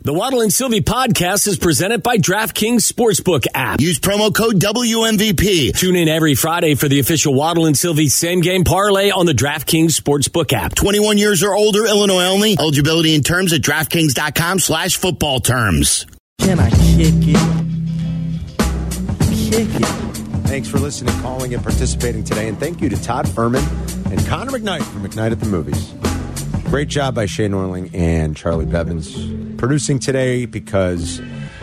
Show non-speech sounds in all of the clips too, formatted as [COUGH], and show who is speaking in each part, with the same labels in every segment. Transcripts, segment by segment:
Speaker 1: The Waddle and Sylvie podcast is presented by DraftKings Sportsbook app.
Speaker 2: Use promo code WMVP.
Speaker 1: Tune in every Friday for the official Waddle and Sylvie same game parlay on the DraftKings Sportsbook app.
Speaker 2: 21 years or older, Illinois only. Eligibility and terms at DraftKings.com slash football terms.
Speaker 3: Can I kick it? Kick it.
Speaker 4: Thanks for listening, calling, and participating today. And thank you to Todd Furman and Connor McKnight from McKnight at the Movies. Great job by Shane Orling and Charlie Bevins producing today because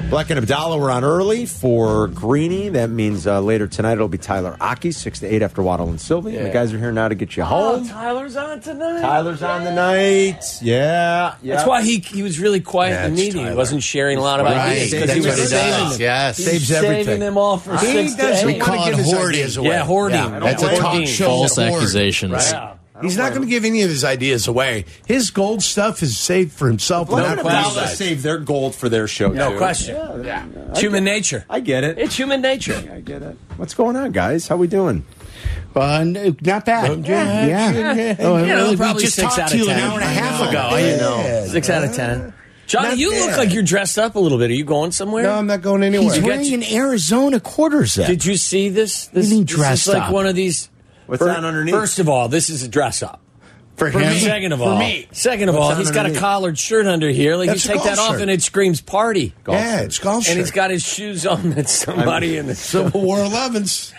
Speaker 4: Black and Abdallah were on early for Greeny. That means uh, later tonight it'll be Tyler Aki, 6 to 8 after Waddle and Sylvie. And the guys are here now to get
Speaker 1: Oh,
Speaker 4: you home.
Speaker 5: Tyler's on tonight.
Speaker 4: Tyler's on the night. Yeah. yeah.
Speaker 1: That's why he he was really quiet in the
Speaker 4: That's
Speaker 1: meeting. He
Speaker 4: Tyler.
Speaker 1: wasn't sharing a lot of
Speaker 4: Right.
Speaker 1: ideas because
Speaker 4: That's
Speaker 1: he was
Speaker 4: what he
Speaker 1: saving
Speaker 4: does.
Speaker 1: them.
Speaker 6: Yes.
Speaker 1: He was
Speaker 4: Saves
Speaker 1: saving
Speaker 4: everything.
Speaker 1: them all for six to
Speaker 4: does.
Speaker 1: eight.
Speaker 4: We call it hoarding.
Speaker 6: is
Speaker 1: Yeah, hoarding.
Speaker 6: That's a talk show.
Speaker 7: False
Speaker 6: hoard.
Speaker 7: accusations.
Speaker 6: Right.
Speaker 1: Yeah.
Speaker 6: He's not going to give any of his ideas away. His gold stuff is saved for himself.
Speaker 4: Black and
Speaker 6: not
Speaker 4: Abdallah
Speaker 1: question.
Speaker 4: saved their gold for their show.
Speaker 1: No
Speaker 4: too.
Speaker 1: question. It's human nature.
Speaker 4: I get it.
Speaker 1: It's human nature.
Speaker 4: I get it. What's going on, guys? How we doing?
Speaker 7: Uh, n- not bad. Yeah. Oh,
Speaker 1: You know,
Speaker 7: really, we
Speaker 1: probably
Speaker 7: just
Speaker 1: six
Speaker 7: talked
Speaker 1: out
Speaker 7: to
Speaker 1: of
Speaker 7: you an
Speaker 1: ten.
Speaker 7: hour and a half
Speaker 6: know.
Speaker 7: ago.
Speaker 6: I
Speaker 7: Yeah.
Speaker 6: know.
Speaker 1: Six out of ten. Johnny,
Speaker 6: Not
Speaker 1: you look
Speaker 6: bad.
Speaker 1: like you're dressed up a little bit. Are you going somewhere?
Speaker 6: No, I'm not going anywhere.
Speaker 7: He's
Speaker 1: got
Speaker 7: wearing
Speaker 1: you-
Speaker 7: an Arizona quarter set.
Speaker 1: Did you see this? This,
Speaker 7: mean
Speaker 1: this
Speaker 7: dressed
Speaker 1: is like
Speaker 7: up?
Speaker 1: one of these.
Speaker 4: What's on underneath?
Speaker 1: First of all, this is a dress up.
Speaker 7: for
Speaker 1: For
Speaker 7: him?
Speaker 1: me. Second of all,
Speaker 7: For me.
Speaker 1: second of all,
Speaker 4: on
Speaker 1: he's got a
Speaker 4: underneath?
Speaker 1: collared shirt under here. Like
Speaker 6: That's
Speaker 1: you
Speaker 6: a
Speaker 1: take
Speaker 6: golf
Speaker 1: that off
Speaker 6: shirt.
Speaker 1: and it screams party.
Speaker 6: Yeah, it's golf
Speaker 1: And he's
Speaker 6: shirt.
Speaker 1: got his shoes on that somebody in the
Speaker 6: Civil War 11s.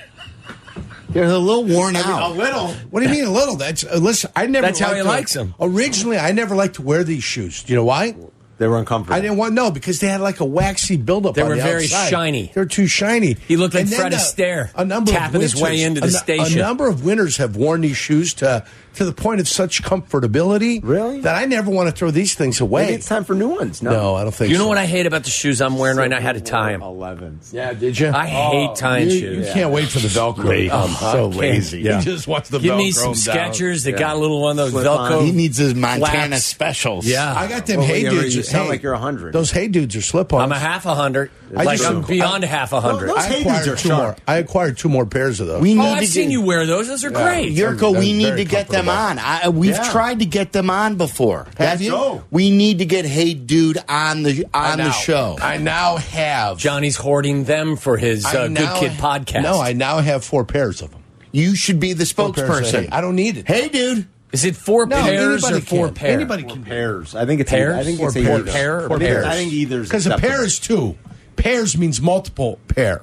Speaker 7: They're a little worn
Speaker 6: A
Speaker 7: out.
Speaker 6: little. What do you mean a little? That's uh, listen. I never.
Speaker 1: That's how
Speaker 6: liked
Speaker 1: he
Speaker 6: to-
Speaker 1: likes 'em.
Speaker 6: Originally, I never liked to wear these shoes. Do you know why?
Speaker 4: They were uncomfortable.
Speaker 6: I didn't want no because they had like a waxy buildup.
Speaker 1: They
Speaker 6: on
Speaker 1: were
Speaker 6: the
Speaker 1: very
Speaker 6: outside.
Speaker 1: shiny.
Speaker 6: They were too shiny.
Speaker 1: He looked like
Speaker 6: And then
Speaker 1: Fred
Speaker 6: the-
Speaker 1: Astaire,
Speaker 6: A number
Speaker 1: tapping
Speaker 6: of
Speaker 1: his
Speaker 6: winters,
Speaker 1: way into the
Speaker 6: a, nu-
Speaker 1: station.
Speaker 6: A number of winners have worn these shoes to to the point of such comfortability.
Speaker 4: Really?
Speaker 6: That I never want to throw these things away.
Speaker 4: Maybe it's time for new ones. No,
Speaker 6: no, I don't think.
Speaker 1: You know
Speaker 6: so.
Speaker 1: what I hate about the shoes I'm wearing right now? I had to tie them.
Speaker 4: Elevens.
Speaker 7: Yeah, did you?
Speaker 1: I
Speaker 6: Oh,
Speaker 1: hate tying
Speaker 7: you,
Speaker 1: shoes.
Speaker 7: You can't wait for the Velcro.
Speaker 1: Oh, I
Speaker 7: so
Speaker 1: can't.
Speaker 7: lazy.
Speaker 6: Yeah.
Speaker 7: He just wants the
Speaker 1: Give
Speaker 7: Velcro.
Speaker 1: me some
Speaker 7: down.
Speaker 1: Skechers that got a little one of those
Speaker 4: Slip-on.
Speaker 1: Velcro.
Speaker 7: He needs his Montana
Speaker 1: flaps.
Speaker 7: specials.
Speaker 1: Yeah.
Speaker 6: I got them.
Speaker 4: Well,
Speaker 6: hey
Speaker 4: you-
Speaker 6: dudes.
Speaker 4: you sound
Speaker 6: hey,
Speaker 4: like you're 100.
Speaker 6: Those hey dudes are slip ons.
Speaker 1: I'm a half a hundred.
Speaker 6: I
Speaker 1: Like
Speaker 6: just-
Speaker 1: I'm beyond half a hundred.
Speaker 4: Those
Speaker 6: I
Speaker 4: Hey Dudes are
Speaker 6: acquired two
Speaker 4: sharp.
Speaker 6: more. I acquired two more pairs of those.
Speaker 7: We need
Speaker 1: Oh,
Speaker 7: to
Speaker 1: I've
Speaker 7: get,
Speaker 1: seen you wear those. Those are great.
Speaker 7: Yurko,
Speaker 6: They're
Speaker 7: we need
Speaker 6: very
Speaker 7: to get them on. I, we've
Speaker 4: Yeah.
Speaker 7: tried to get them on before. That's-
Speaker 4: you?
Speaker 7: We need to get Hey Dude on the on the
Speaker 6: Oh.
Speaker 7: show.
Speaker 8: I now have.
Speaker 1: Johnny's hoarding them for his
Speaker 8: I
Speaker 1: uh, Good
Speaker 8: now
Speaker 1: Kid
Speaker 8: ha-
Speaker 1: podcast.
Speaker 6: No, I now have four pairs of them.
Speaker 7: You should be the
Speaker 6: Four pairs of
Speaker 7: spokesperson.
Speaker 6: Hey. I don't need it.
Speaker 7: Hey Dude.
Speaker 1: Is it four
Speaker 6: No,
Speaker 1: pairs
Speaker 6: anybody
Speaker 1: or four
Speaker 6: can.
Speaker 1: pairs?
Speaker 6: Anybody
Speaker 4: Or
Speaker 6: can
Speaker 4: pairs. I think it's
Speaker 1: Pairs?
Speaker 4: I think it's
Speaker 1: Or
Speaker 4: either.
Speaker 1: pair- pair or
Speaker 4: I think-
Speaker 1: pairs?
Speaker 4: I think either is
Speaker 6: because a
Speaker 4: acceptable.
Speaker 6: pair is two. Pairs means multiple pair,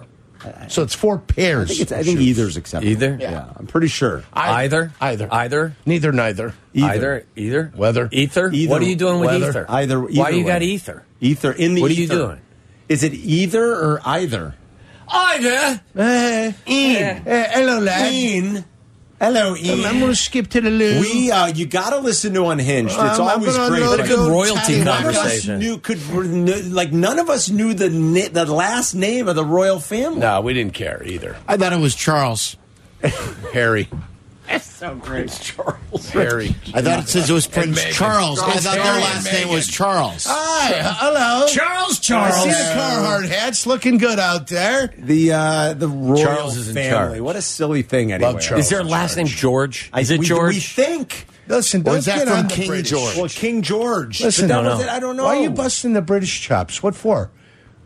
Speaker 6: so it's four
Speaker 4: I
Speaker 6: pairs.
Speaker 4: think, it's, I think either is acceptable.
Speaker 1: Either?
Speaker 4: Yeah. I'm pretty sure.
Speaker 6: I-
Speaker 1: Either?
Speaker 6: either,
Speaker 1: Either?
Speaker 6: neither, neither.
Speaker 1: Either, either,
Speaker 6: Weather.
Speaker 1: ether.
Speaker 4: Either.
Speaker 1: What are you doing with
Speaker 6: Weather.
Speaker 1: ether?
Speaker 4: Either.
Speaker 1: Why
Speaker 4: either
Speaker 1: you got
Speaker 4: way.
Speaker 1: ether?
Speaker 4: Ether in the.
Speaker 1: What are you
Speaker 4: ether.
Speaker 1: doing?
Speaker 4: Is it either or either?
Speaker 1: Either.
Speaker 6: Eh,
Speaker 4: In.
Speaker 6: eh, hello, lad.
Speaker 4: In. Hello,
Speaker 6: Um, I'm
Speaker 4: Ian.
Speaker 6: going to skip to the loo.
Speaker 4: We, uh, you got to listen to Unhinged. It's
Speaker 6: Um, I'm
Speaker 4: always
Speaker 6: gonna
Speaker 4: great.
Speaker 6: unload
Speaker 1: What a good
Speaker 6: Don't
Speaker 1: royalty
Speaker 6: tell
Speaker 4: None of us
Speaker 1: conversation.
Speaker 4: knew could kn- like none of us knew the ni- the last name of the royal family.
Speaker 8: No, we didn't care either.
Speaker 7: I thought it was [LAUGHS] Charles.
Speaker 8: Harry,
Speaker 4: Charles.
Speaker 8: Harry.
Speaker 7: I thought it says it was Prince
Speaker 8: Meghan.
Speaker 7: Charles. I
Speaker 8: Charles
Speaker 7: thought their
Speaker 8: Harry
Speaker 7: last
Speaker 8: and
Speaker 7: name was
Speaker 8: Meghan.
Speaker 7: Charles.
Speaker 6: Hi, hello.
Speaker 1: Charles,
Speaker 6: I see the Carhartt hats looking good out there.
Speaker 4: The uh, the royal
Speaker 1: Charles is in
Speaker 4: family.
Speaker 1: charge.
Speaker 4: What a silly thing. Anyway,
Speaker 6: Love Charles.
Speaker 1: Is their last name George? Is it
Speaker 4: we,
Speaker 1: George?
Speaker 4: We think.
Speaker 6: Listen,
Speaker 7: Or
Speaker 6: don't
Speaker 7: is that
Speaker 6: get
Speaker 7: from
Speaker 6: on the
Speaker 7: King
Speaker 6: British.
Speaker 7: George?
Speaker 4: Well, King George.
Speaker 6: Listen,
Speaker 4: but that
Speaker 1: No, no.
Speaker 4: was it. I don't know.
Speaker 6: Why are you busting the British chops? What for?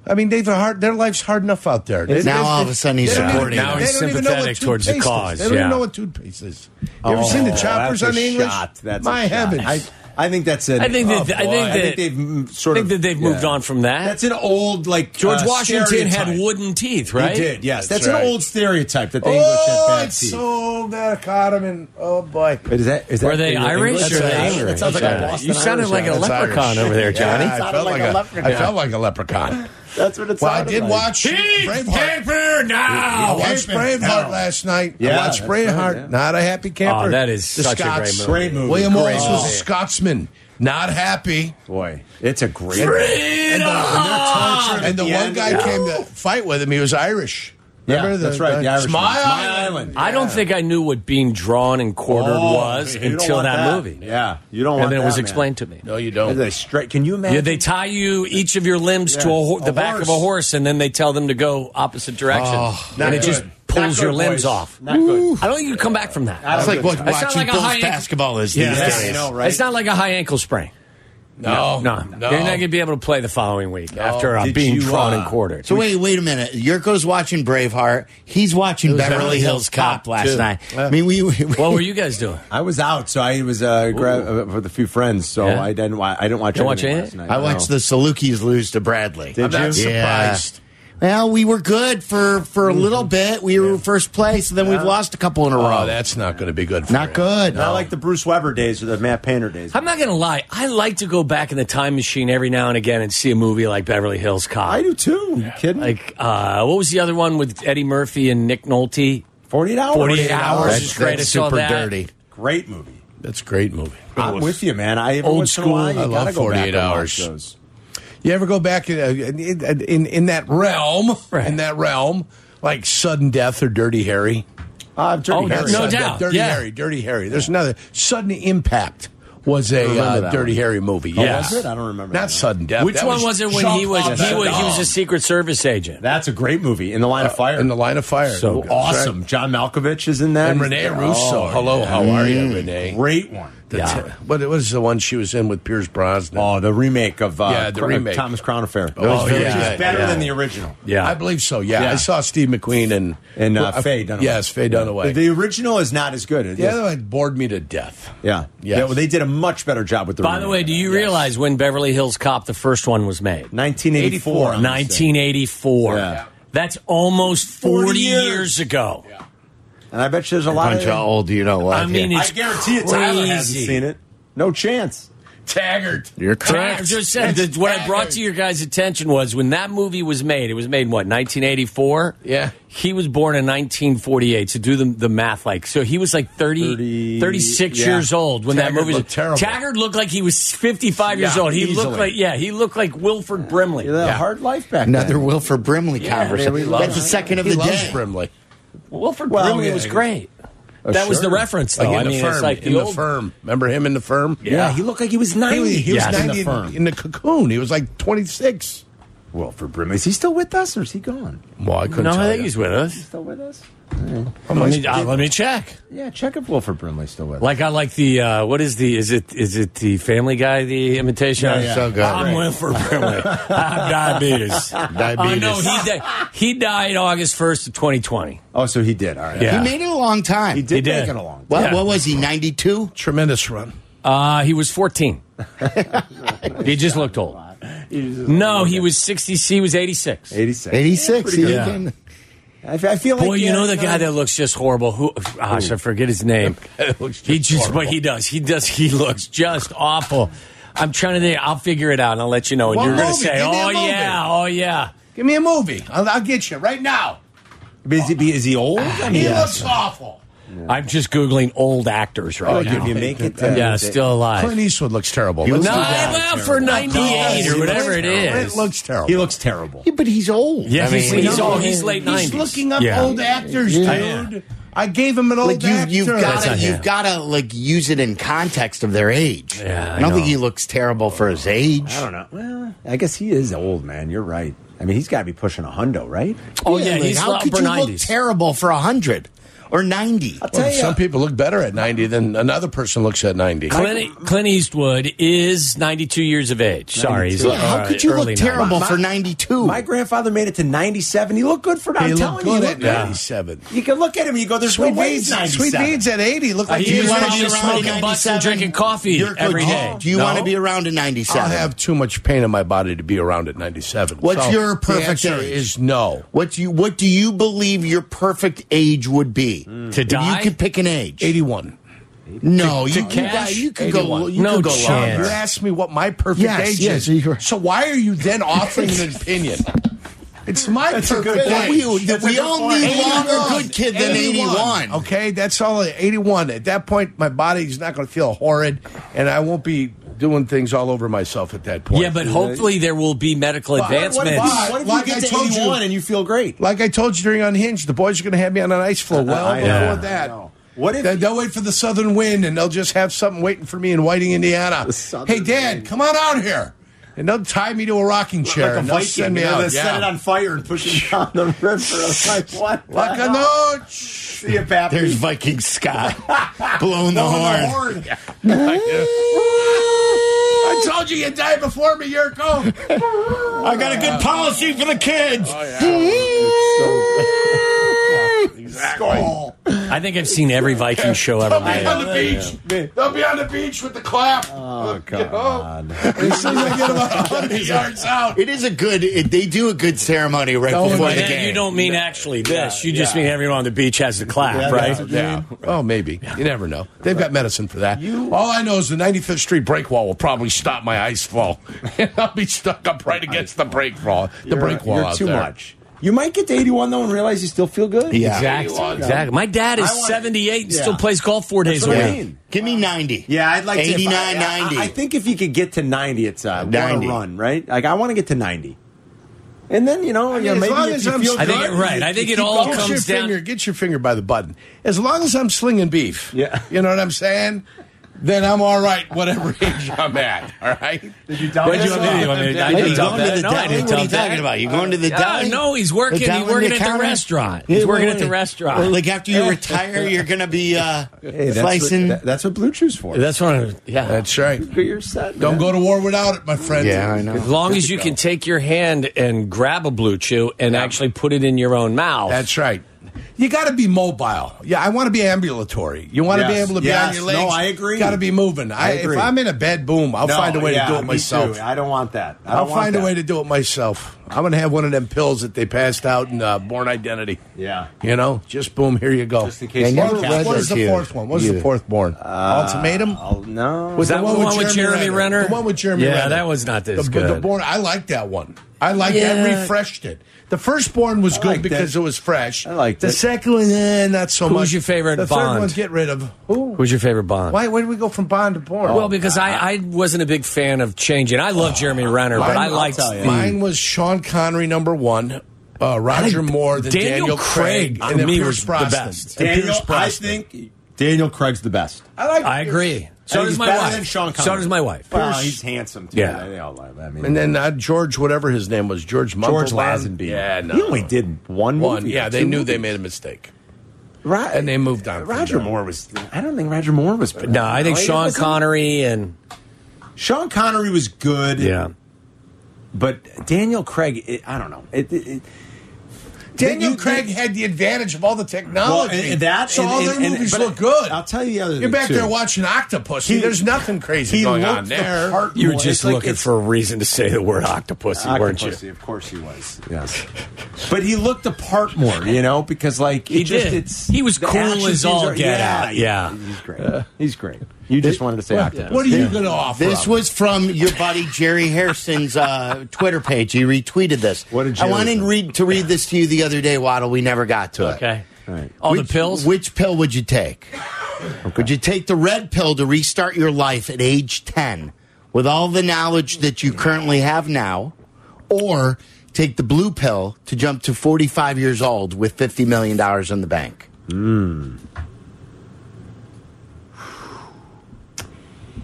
Speaker 6: I mean, they've a hard. Their life's hard enough out there. They-
Speaker 7: now
Speaker 6: they-
Speaker 7: all of a sudden he's
Speaker 6: they don't even-
Speaker 7: supporting.
Speaker 6: they
Speaker 7: us.
Speaker 6: don't even know what
Speaker 1: sympathetic towards the
Speaker 6: toothpaste is.
Speaker 1: cause,
Speaker 6: They don't
Speaker 1: yeah.
Speaker 6: even know what toothpaste is. You ever seen the choppers
Speaker 4: that's
Speaker 6: on
Speaker 4: a
Speaker 6: the English?
Speaker 4: Shot. That's
Speaker 6: My
Speaker 4: a shot.
Speaker 6: heavens!
Speaker 4: I, I think that's an.
Speaker 1: I think that- I think
Speaker 4: boy. I
Speaker 1: that-
Speaker 4: think they've mm, sort
Speaker 1: I think
Speaker 4: of
Speaker 1: that they've moved
Speaker 4: yeah.
Speaker 1: on from that.
Speaker 4: That's an old like
Speaker 1: George
Speaker 4: uh,
Speaker 1: Washington had
Speaker 4: stereotype.
Speaker 1: wooden teeth,
Speaker 4: He
Speaker 1: right?
Speaker 4: did. Yes, that's,
Speaker 6: That's
Speaker 4: an
Speaker 6: right.
Speaker 4: old stereotype that the English had
Speaker 6: oh,
Speaker 4: bad
Speaker 6: it's
Speaker 4: teeth.
Speaker 6: so mad. I caught him, and oh boy.
Speaker 4: But is that is that
Speaker 1: Were they
Speaker 4: your
Speaker 1: Irish? or
Speaker 4: English? That's
Speaker 1: they-
Speaker 4: Irish. That sounds like a Boston
Speaker 1: You sounded
Speaker 4: Irish
Speaker 1: like a
Speaker 4: accent.
Speaker 1: leprechaun over there, Johnny.
Speaker 6: I felt like, a, I felt like a leprechaun.
Speaker 4: That's what [LAUGHS] it
Speaker 6: Well, I
Speaker 4: sounded
Speaker 6: did
Speaker 4: like.
Speaker 6: watch Braveheart. I
Speaker 1: now.
Speaker 6: watched Braveheart last night.
Speaker 4: Yeah,
Speaker 6: I watched
Speaker 4: that's right,
Speaker 6: Braveheart.
Speaker 4: yeah.
Speaker 6: Not a happy camper.
Speaker 1: Oh, that is
Speaker 6: the
Speaker 1: such a great
Speaker 6: Scots.
Speaker 1: movie.
Speaker 4: Great movie.
Speaker 6: William
Speaker 4: Great
Speaker 6: Wallace was a
Speaker 4: movie.
Speaker 6: Scotsman, not happy.
Speaker 4: Boy, it's a great.
Speaker 6: And the, and the
Speaker 4: at the
Speaker 6: one
Speaker 4: end.
Speaker 6: guy
Speaker 4: Yeah.
Speaker 6: came to fight with him. He was Irish.
Speaker 4: Yeah,
Speaker 6: Remember the-
Speaker 4: that's right. The
Speaker 6: the-
Speaker 4: Irishman.
Speaker 6: Smile.
Speaker 4: Smile Island.
Speaker 1: I don't think I knew what being drawn and quartered
Speaker 4: Oh,
Speaker 1: was
Speaker 4: you don't
Speaker 1: until
Speaker 4: want
Speaker 1: that,
Speaker 4: that.
Speaker 1: movie.
Speaker 4: Yeah, you don't
Speaker 1: And
Speaker 4: want
Speaker 1: then it was
Speaker 4: that, man.
Speaker 1: explained to me.
Speaker 8: No, you
Speaker 4: Is
Speaker 8: don't.
Speaker 4: that straight? Can you imagine?
Speaker 1: Yeah, they tie you each of your limbs to a ho-
Speaker 4: A
Speaker 1: the back of a
Speaker 4: horse. Oh,
Speaker 1: horse, and then they tell them to go opposite direction,
Speaker 4: Not
Speaker 1: and it
Speaker 4: good.
Speaker 1: just pulls
Speaker 4: Not
Speaker 1: your
Speaker 4: good,
Speaker 1: limbs
Speaker 4: boys.
Speaker 1: off.
Speaker 4: Not good.
Speaker 1: I don't think you come back from that.
Speaker 7: It's like what
Speaker 1: I sound
Speaker 7: watching
Speaker 1: like a
Speaker 7: Bills
Speaker 1: high-
Speaker 7: basketball is
Speaker 4: Yeah,
Speaker 7: these
Speaker 4: I
Speaker 7: days.
Speaker 4: know, right?
Speaker 1: It's not like a high ankle sprain.
Speaker 6: No,
Speaker 1: No,
Speaker 6: no.
Speaker 1: they're not going to be able to play the following week after uh,
Speaker 4: Did
Speaker 1: being
Speaker 4: you,
Speaker 1: drawn
Speaker 4: uh,
Speaker 1: and quartered.
Speaker 7: So wait, wait a minute. Yurko's watching Braveheart. He's watching
Speaker 6: was
Speaker 7: Beverly,
Speaker 6: Beverly
Speaker 7: Hills
Speaker 6: Hills
Speaker 7: Cop
Speaker 6: Cop,
Speaker 7: last
Speaker 6: too.
Speaker 7: night. I mean, we, we
Speaker 1: what were you guys doing?
Speaker 4: I was out, so I was uh, gra- uh, with a few friends, so
Speaker 1: Yeah.
Speaker 4: I didn't. Wa- I didn't watch.
Speaker 1: Didn't watch
Speaker 4: anything
Speaker 1: anything?
Speaker 4: last night.
Speaker 7: I watched the Salukis lose to Bradley.
Speaker 4: Did
Speaker 6: I'm
Speaker 4: you?
Speaker 6: not surprised.
Speaker 7: Well, we were good for for a little bit. We were first place, and then we've lost a couple in a row.
Speaker 6: Oh, that's not going to be good. For
Speaker 7: Not
Speaker 6: you.
Speaker 7: good.
Speaker 4: I like the Bruce Weber days or the Matt Painter days.
Speaker 1: I'm not going to lie. I like to go back in the time machine every now and again and see a movie like Beverly Hills Cop.
Speaker 4: I do too. You kidding?
Speaker 1: Like, uh, what was the other one with Eddie Murphy and Nick Nolte?
Speaker 4: forty-eight hours.
Speaker 1: 48 Hours
Speaker 7: That's-
Speaker 1: is great.
Speaker 7: that's
Speaker 1: I saw
Speaker 7: super
Speaker 1: that.
Speaker 7: dirty.
Speaker 4: Great movie.
Speaker 6: That's a great movie.
Speaker 4: I'm with you, man. I every
Speaker 1: Old
Speaker 4: once in a while,
Speaker 1: school.
Speaker 4: you
Speaker 6: I
Speaker 4: gotta
Speaker 6: love
Speaker 4: go back and
Speaker 6: 48
Speaker 4: watch
Speaker 6: hours.
Speaker 4: those.
Speaker 6: You ever go back in uh, in, in, in that realm?
Speaker 1: Right.
Speaker 6: In that realm, like sudden death or Dirty Harry.
Speaker 4: Uh, Dirty
Speaker 1: Oh,
Speaker 4: Harry.
Speaker 1: no
Speaker 6: Sudden
Speaker 1: doubt.
Speaker 6: Death, Dirty
Speaker 1: yeah.
Speaker 6: Harry, Dirty Harry. There's another sudden impact. Was a
Speaker 4: remember
Speaker 6: uh,
Speaker 4: that
Speaker 6: Dirty
Speaker 4: one.
Speaker 6: Harry movie? Yeah,
Speaker 1: was it?
Speaker 4: I don't remember that
Speaker 6: Not
Speaker 4: one.
Speaker 6: sudden death.
Speaker 1: Which
Speaker 6: That
Speaker 1: one was it when he was
Speaker 6: Jean-Claude
Speaker 1: he was, he was a
Speaker 6: Van
Speaker 1: Secret Service agent?
Speaker 4: That's a great movie. In the Line of Fire.
Speaker 6: Damme. Uh, in the line of fire?
Speaker 1: So
Speaker 6: That's
Speaker 1: good.
Speaker 4: awesome. John Malkovich is in that.
Speaker 6: right. And Renee
Speaker 4: Oh,
Speaker 6: Russo. Hello, how are you, Renee?
Speaker 4: Great one.
Speaker 6: The
Speaker 1: Yeah.
Speaker 6: t- what what is the one she was in with Pierce Brosnan?
Speaker 4: Oh, the remake of uh,
Speaker 6: Yeah, the
Speaker 4: Cro-
Speaker 6: remake.
Speaker 4: Thomas Crown Affair.
Speaker 6: Oh,
Speaker 4: Which
Speaker 6: yeah.
Speaker 4: is better
Speaker 6: Yeah.
Speaker 4: than the original.
Speaker 1: Yeah,
Speaker 6: I believe so. Yeah,
Speaker 4: Yeah.
Speaker 6: I saw Steve McQueen and
Speaker 4: And uh,
Speaker 6: Well, I-
Speaker 4: Faye Dunaway.
Speaker 6: Yes, Faye Dunaway.
Speaker 4: The original is not as good.
Speaker 6: the other one bored me to death.
Speaker 4: Yeah.
Speaker 6: Yes.
Speaker 4: Yeah, well, they did a much better job with the
Speaker 1: By the way,
Speaker 4: remake.
Speaker 1: do you realize when Beverly Hills Cop the first one was made?
Speaker 4: 1984. I'm gonna say.
Speaker 1: 1984.
Speaker 4: Yeah.
Speaker 1: That's almost 40,
Speaker 4: 40
Speaker 1: years.
Speaker 4: years.
Speaker 1: ago.
Speaker 4: And I bet you there's a lot
Speaker 7: Bunch
Speaker 4: of.
Speaker 7: of old, you know what?
Speaker 1: I mean,
Speaker 7: yeah.
Speaker 1: it's
Speaker 4: I guarantee it. Tyler hasn't
Speaker 1: crazy.
Speaker 4: seen it. No chance.
Speaker 6: Taggart.
Speaker 7: you're
Speaker 1: I
Speaker 7: correct.
Speaker 1: just said that what I brought to your guys' attention was when that movie was made. It was made what 1984.
Speaker 6: Yeah.
Speaker 1: he was born in 1948. So do the, the math, like so he was like 30,
Speaker 4: 30
Speaker 1: 36
Speaker 4: yeah.
Speaker 1: years old when
Speaker 6: Taggart
Speaker 1: that movie.
Speaker 6: looked terrible.
Speaker 1: Taggart looked like he was 55 years
Speaker 6: Yeah,
Speaker 1: old. He looked
Speaker 4: easily.
Speaker 1: like yeah, he looked like Wilford Brimley.
Speaker 4: Yeah. Hard life back
Speaker 7: Another
Speaker 4: then.
Speaker 7: Wilford Brimley conversation.
Speaker 4: we love
Speaker 7: That's the
Speaker 4: him.
Speaker 7: second of
Speaker 6: He
Speaker 7: the
Speaker 6: loves
Speaker 7: day.
Speaker 6: Brimley.
Speaker 1: Wilford
Speaker 4: Well,
Speaker 1: Brimley
Speaker 4: yeah.
Speaker 1: was great. that was the
Speaker 4: sure.
Speaker 1: reference though.
Speaker 6: Like in
Speaker 1: I
Speaker 6: the
Speaker 1: mean,
Speaker 6: firm.
Speaker 1: it's like the
Speaker 6: in
Speaker 1: old-
Speaker 6: the firm. Remember him in the firm?
Speaker 1: Yeah, he looked like he was 90.
Speaker 6: He, he was
Speaker 1: Yes.
Speaker 6: 90
Speaker 4: In
Speaker 6: in
Speaker 4: the
Speaker 6: the,
Speaker 4: firm.
Speaker 6: in the cocoon. He was like 26.
Speaker 4: Wilford Brimley. Is he still with us or is he gone?
Speaker 6: Well, I couldn't
Speaker 1: No, I
Speaker 6: tell
Speaker 1: think
Speaker 6: you.
Speaker 1: he's with us.
Speaker 4: Still with us?
Speaker 1: Let me, uh, let me check.
Speaker 4: Yeah, check if Wilford Brimley's still with us.
Speaker 1: Like I like the uh, what is the is it is it the Family Guy the imitation?
Speaker 7: Yeah, yeah. So good.
Speaker 1: I'm
Speaker 7: Right.
Speaker 1: Wilford Brimley. I have diabetes. Oh no,
Speaker 7: Diabetes.
Speaker 1: he died. He died August first of 2020.
Speaker 4: Oh, so he did. All right.
Speaker 1: Yeah.
Speaker 7: He made it a long time.
Speaker 4: He did,
Speaker 1: did.
Speaker 4: make it a long time.
Speaker 7: What,
Speaker 1: Yeah.
Speaker 7: what was he? Ninety two.
Speaker 6: Tremendous run.
Speaker 1: Uh, he was 14. he just looked old. No, he was 60. He was 86.
Speaker 4: 86.
Speaker 7: Eighty six.
Speaker 4: Pretty good.
Speaker 7: Yeah.
Speaker 4: I, I feel like.
Speaker 1: Boy, you
Speaker 4: yeah,
Speaker 1: know the
Speaker 4: no,
Speaker 1: guy that looks just horrible. Who? Gosh, I forget his name. He just, but he does. He does. He looks just awful. I'm trying to think. I'll figure it out and I'll let you know. And
Speaker 6: What
Speaker 1: you're going to
Speaker 6: movie?
Speaker 1: say,
Speaker 6: Give me a
Speaker 1: oh,
Speaker 6: movie."
Speaker 1: yeah, oh, yeah.
Speaker 6: Give me a movie. I'll, I'll get you right now.
Speaker 4: Is he, is he old? I mean,
Speaker 6: He looks awful.
Speaker 1: I'm just Googling old actors
Speaker 4: oh,
Speaker 1: right
Speaker 4: if
Speaker 1: now.
Speaker 4: you make it. uh,
Speaker 1: Yeah,
Speaker 4: they-
Speaker 1: still alive.
Speaker 6: Clint Eastwood looks terrible.
Speaker 7: He
Speaker 6: Let's
Speaker 1: No,
Speaker 7: looks
Speaker 6: do that.
Speaker 1: well, for 98 or whatever it is.
Speaker 6: It looks terrible.
Speaker 4: He looks terrible.
Speaker 7: but he's old.
Speaker 1: Yeah,
Speaker 7: I mean,
Speaker 1: he's, he's,
Speaker 6: no,
Speaker 1: oh, he's late 90s.
Speaker 6: He's looking up
Speaker 1: Yeah.
Speaker 6: old actors,
Speaker 7: Yeah.
Speaker 6: dude. I gave him an old
Speaker 7: like you,
Speaker 6: actor.
Speaker 7: you've got to,
Speaker 1: not
Speaker 7: you've
Speaker 1: him.
Speaker 7: got to like use it in context of their age.
Speaker 1: Yeah, I
Speaker 7: I don't think
Speaker 1: know.
Speaker 7: he looks terrible for his age.
Speaker 4: I don't know. Well, I guess he is old, man. You're right. I mean, he's got to be pushing a hundo, right?
Speaker 1: Oh, yeah,
Speaker 7: like,
Speaker 1: he's
Speaker 7: how
Speaker 1: upper
Speaker 7: could you look
Speaker 1: 90s.
Speaker 7: terrible for hundred or ninety?
Speaker 6: Well,
Speaker 4: Tell ya.
Speaker 6: some people look better at 90 than another person looks at 90.
Speaker 1: Clint, Clint Eastwood is 92 years of age. Sorry. He's,
Speaker 7: Yeah, how
Speaker 1: uh,
Speaker 7: could you
Speaker 1: early
Speaker 7: look
Speaker 1: 90s.
Speaker 7: terrible
Speaker 4: My-
Speaker 7: for ninety two?
Speaker 4: My grandfather made it to 97. He looked good for now.
Speaker 6: He
Speaker 4: I'm
Speaker 6: looked
Speaker 4: telling you,
Speaker 6: good
Speaker 4: he
Speaker 6: at
Speaker 4: looked good.
Speaker 6: 97.
Speaker 4: You can look at him and you go, there's no
Speaker 6: Sweet
Speaker 4: way he's
Speaker 6: Beans, Sweet
Speaker 4: 97.
Speaker 6: Beans at 80 looked
Speaker 1: Uh,
Speaker 6: like
Speaker 1: he
Speaker 6: he
Speaker 1: was
Speaker 6: was
Speaker 1: probably
Speaker 6: on
Speaker 1: smoking
Speaker 6: smoking.
Speaker 1: butts and drinking coffee every day.
Speaker 7: Do you
Speaker 6: No.
Speaker 7: want to be around in ninety
Speaker 6: I'll
Speaker 7: seven?
Speaker 6: have too much pain in my body to be around at 97.
Speaker 7: What's your
Speaker 6: the
Speaker 7: perfect
Speaker 6: answer
Speaker 7: age?
Speaker 6: is no.
Speaker 7: What you what do you believe your perfect age would be
Speaker 1: To
Speaker 7: If
Speaker 1: die?
Speaker 7: You could pick an age.
Speaker 6: 81.
Speaker 7: no, you,
Speaker 1: to
Speaker 7: you
Speaker 1: cash?
Speaker 7: got- you could go.
Speaker 1: 81.
Speaker 7: You
Speaker 1: No
Speaker 7: could go
Speaker 1: chance.
Speaker 7: longer.
Speaker 6: You asked me what my perfect
Speaker 7: Yes,
Speaker 6: age
Speaker 7: yes,
Speaker 6: is.
Speaker 7: you're-
Speaker 6: So why are you then offering an opinion? It's my perfect
Speaker 4: good
Speaker 7: That
Speaker 6: age.
Speaker 7: we, that we all need
Speaker 6: 81.
Speaker 7: longer good kid than 81.
Speaker 6: Okay, that's all. 81. At that point, my body's not going to feel horrid, and I won't be doing things all over myself at that point.
Speaker 1: Yeah, but hopefully there will be medical
Speaker 6: But what
Speaker 1: advancements.
Speaker 6: about-
Speaker 4: What if
Speaker 6: Like
Speaker 4: you
Speaker 6: I
Speaker 4: get to
Speaker 6: told you-
Speaker 4: 81 and you feel great?
Speaker 6: like I told you during Unhinged, the boys are going to have me on an ice floe well
Speaker 4: I know.
Speaker 6: before
Speaker 4: Yeah.
Speaker 6: that.
Speaker 4: I know. What if-
Speaker 6: Then they'll wait for the southern wind, and they'll just have something waiting for me in Whiting, Indiana.
Speaker 4: The southern
Speaker 6: Hey, Dad,
Speaker 4: wind.
Speaker 6: come on out here, and they'll tie me to a rocking chair
Speaker 4: Like a
Speaker 6: and they'll
Speaker 4: Viking,
Speaker 6: send me
Speaker 4: you know,
Speaker 6: out.
Speaker 4: they set it on fire and push it down the river. I
Speaker 6: [LAUGHS]
Speaker 4: was like, what? the
Speaker 6: Like a
Speaker 4: hell?
Speaker 6: notch.
Speaker 4: See you, Pappy.
Speaker 7: There's Viking Scott blowing the
Speaker 4: Blowing
Speaker 7: horn.
Speaker 4: the horn. I
Speaker 6: I told you you died before me, Yurko.
Speaker 2: I got a good policy for the kids.
Speaker 4: Oh,
Speaker 6: [LAUGHS]
Speaker 4: [LAUGHS]
Speaker 6: Exactly.
Speaker 1: I think I've seen every Viking show ever
Speaker 6: They'll be
Speaker 1: made.
Speaker 6: on the beach. They'll be on the beach with the clap. Oh
Speaker 4: God.
Speaker 6: As soon as they get [LAUGHS] about hundred yards
Speaker 4: [LAUGHS]
Speaker 6: out.
Speaker 7: It is a good. It, they do a good ceremony right before
Speaker 1: Well,
Speaker 7: the
Speaker 1: then
Speaker 7: game.
Speaker 1: you don't mean actually this. you just mean everyone on the beach has the clap, right?
Speaker 6: Yeah. Oh, maybe. You never know. They've got medicine for that. All I know is the 95th Street break wall will probably stop my ice fall. [LAUGHS] I'll be stuck up right against the break wall. The break wall
Speaker 4: You're
Speaker 6: out
Speaker 4: too
Speaker 6: there.
Speaker 4: much. You might get to 81 though and realize you still feel good.
Speaker 7: Yeah.
Speaker 1: Exactly. Exactly. My dad is 78 and still plays golf four days a
Speaker 4: what I
Speaker 1: week.
Speaker 4: mean.
Speaker 7: Give me ninety.
Speaker 4: Yeah, I'd like to.
Speaker 7: 89,
Speaker 4: if I- I-
Speaker 7: 90.
Speaker 4: I, think if you could get to 90, it's uh,
Speaker 7: 90.
Speaker 4: a run, right? Like, I want to get to 90. And then, you know, you know,
Speaker 6: as
Speaker 4: maybe
Speaker 6: long
Speaker 4: if
Speaker 6: as
Speaker 4: you
Speaker 6: I'm
Speaker 4: feel
Speaker 1: I think
Speaker 4: good,
Speaker 1: it, right. I think it all
Speaker 6: Get your
Speaker 1: comes down.
Speaker 6: finger. Get your finger by the button. As long as I'm slinging beef.
Speaker 4: Yeah.
Speaker 6: You know what I'm saying? Then I'm all right, whatever [LAUGHS] age I'm at. All right. Did you dump
Speaker 1: What'd you want me to do? I mean, I
Speaker 7: Hey,
Speaker 1: didn't
Speaker 7: you
Speaker 1: dump
Speaker 7: going
Speaker 1: that.
Speaker 7: to the
Speaker 1: No, I didn't
Speaker 7: deli? What are you
Speaker 1: dump
Speaker 7: talking
Speaker 1: that.
Speaker 7: about? You going to the
Speaker 1: Uh,
Speaker 7: deli?
Speaker 1: no, he's working.
Speaker 7: The deli
Speaker 1: He's working
Speaker 7: and
Speaker 1: at the
Speaker 7: counter?
Speaker 1: restaurant.
Speaker 7: Yeah,
Speaker 1: He's working
Speaker 7: wait,
Speaker 1: at the
Speaker 7: wait.
Speaker 1: restaurant.
Speaker 7: Well, like after you retire, you're going to be uh,
Speaker 4: Hey, that's, what,
Speaker 7: slicing.
Speaker 4: that- that's what blue chew's for.
Speaker 1: That's what. I'm, yeah.
Speaker 6: That's right.
Speaker 4: You're set.
Speaker 6: Don't go to war without it, my friend.
Speaker 7: yeah, I
Speaker 1: as
Speaker 7: know.
Speaker 1: long as you can take your hand and grab a blue chew and actually put it in your own mouth.
Speaker 6: That's right. You got to be mobile. Yeah, I want to be ambulatory. You want to
Speaker 4: Yes,
Speaker 6: be able to be
Speaker 4: yes.
Speaker 6: on your legs.
Speaker 4: No, I agree.
Speaker 6: Got to be moving. I,
Speaker 4: agree.
Speaker 6: If I'm in a bed, boom, I'll find a way to do it myself.
Speaker 4: I don't want that. I
Speaker 6: I'll find a way to do it myself. I'm going to have one of them pills that they passed out in uh, Born Identity.
Speaker 4: Yeah.
Speaker 6: You know, just boom, here you go.
Speaker 4: Just in case you
Speaker 6: what,
Speaker 4: don't count.
Speaker 6: what is the
Speaker 7: Either.
Speaker 6: fourth one? What is the fourth born?
Speaker 4: Uh,
Speaker 6: Ultimatum?
Speaker 4: No.
Speaker 6: Was
Speaker 1: that the one with Jeremy Renner?
Speaker 6: The one with Jeremy
Speaker 1: Yeah,
Speaker 6: Renner.
Speaker 1: that was not this
Speaker 6: the, the
Speaker 1: good.
Speaker 6: born, I like that one. I like that.
Speaker 1: Yeah.
Speaker 6: Refreshed it. The firstborn was good
Speaker 4: liked
Speaker 6: because
Speaker 4: it.
Speaker 6: it was fresh.
Speaker 4: I liked
Speaker 6: the
Speaker 4: it.
Speaker 6: second one, eh, not so
Speaker 1: Who's
Speaker 6: much.
Speaker 1: your favorite
Speaker 6: The third
Speaker 1: Bond?
Speaker 6: one, get rid of. Who?
Speaker 1: Who's your favorite Bond?
Speaker 6: Why? Where did we go from Bond to Born?
Speaker 1: Well, because I, I wasn't a big fan of changing. I love Jeremy Renner, but I
Speaker 6: I'll
Speaker 1: liked
Speaker 6: tell
Speaker 1: the-
Speaker 6: you. mine was Sean Connery number one. Uh, Roger Moore, then
Speaker 1: Daniel
Speaker 6: Daniel, Craig,
Speaker 1: Craig,
Speaker 6: and
Speaker 1: to
Speaker 6: then
Speaker 1: me,
Speaker 6: Pierce
Speaker 1: was the
Speaker 6: Brosnan.
Speaker 1: best.
Speaker 6: And
Speaker 4: Daniel,
Speaker 6: Pierce
Speaker 4: I
Speaker 6: Brosnan.
Speaker 4: think Daniel Craig's the best.
Speaker 6: I like.
Speaker 1: I agree.
Speaker 4: I
Speaker 1: So
Speaker 4: think
Speaker 1: does
Speaker 4: he's
Speaker 1: my
Speaker 4: better
Speaker 1: wife.
Speaker 4: than Sean
Speaker 1: so
Speaker 4: Connery.
Speaker 1: does my wife.
Speaker 4: Well, he's handsome, too.
Speaker 1: Yeah.
Speaker 4: They all love I mean,
Speaker 6: And then uh, George, whatever his name was, George
Speaker 4: George
Speaker 6: Mumbleband.
Speaker 4: Lazenby.
Speaker 6: Yeah, no.
Speaker 4: He only did one
Speaker 6: one.
Speaker 4: movie.
Speaker 6: Yeah, they
Speaker 4: two
Speaker 6: knew they
Speaker 4: movies.
Speaker 6: made a mistake.
Speaker 4: Ro-
Speaker 6: And they moved on. from
Speaker 4: Roger
Speaker 6: that.
Speaker 4: Moore was. I don't think Roger Moore was.
Speaker 1: No, I think
Speaker 4: Right?
Speaker 1: Sean
Speaker 4: Wasn't-
Speaker 1: Connery and
Speaker 4: Sean Connery was good.
Speaker 1: yeah.
Speaker 4: But Daniel Craig, it, I don't know. It, it, it,
Speaker 6: Daniel
Speaker 4: You-
Speaker 6: Craig had the advantage of all the
Speaker 4: well,
Speaker 6: technology.
Speaker 4: Oh, and, and that
Speaker 6: so
Speaker 4: and,
Speaker 6: all
Speaker 4: and-
Speaker 6: their
Speaker 4: and-
Speaker 6: movies
Speaker 4: but
Speaker 6: look good.
Speaker 4: I'll tell you the other
Speaker 6: You're
Speaker 4: thing,
Speaker 6: back
Speaker 4: too.
Speaker 6: there watching Octopus.
Speaker 4: He-
Speaker 6: There's nothing crazy
Speaker 4: he
Speaker 6: going
Speaker 4: looked
Speaker 6: on
Speaker 4: the
Speaker 6: there.
Speaker 4: part
Speaker 1: You were
Speaker 4: more.
Speaker 1: just
Speaker 4: It's like
Speaker 1: looking
Speaker 4: it's-
Speaker 1: for a reason to say the word octopus, weren't you?
Speaker 4: Octopussy, of course he was. Yes, [LAUGHS] but he looked the part more, you know, because like it
Speaker 1: He
Speaker 4: just,
Speaker 1: did.
Speaker 4: It's,
Speaker 1: He was
Speaker 4: the
Speaker 1: cool
Speaker 4: action
Speaker 1: as
Speaker 4: scenes
Speaker 1: all
Speaker 4: are-
Speaker 1: get
Speaker 4: yeah,
Speaker 1: out. Yeah.
Speaker 4: he's great. he's great. You just wanted to say octopus.
Speaker 6: What are you going to offer?
Speaker 7: This
Speaker 6: up?
Speaker 7: was from your buddy Jerry Harrison's uh, Twitter page. He retweeted this.
Speaker 4: What did
Speaker 7: I
Speaker 4: Jerry
Speaker 7: wanted
Speaker 4: say?
Speaker 7: to read, to read this to you the other day, Waddle. We never got to it.
Speaker 1: Okay.
Speaker 4: All right.
Speaker 1: All
Speaker 7: Which-
Speaker 1: the pills.
Speaker 7: Which pill would you take? Would you take the red pill to restart your life at age 10 with all the knowledge that you currently have now, or take the blue pill to jump to 45 years old with $50 million in the bank?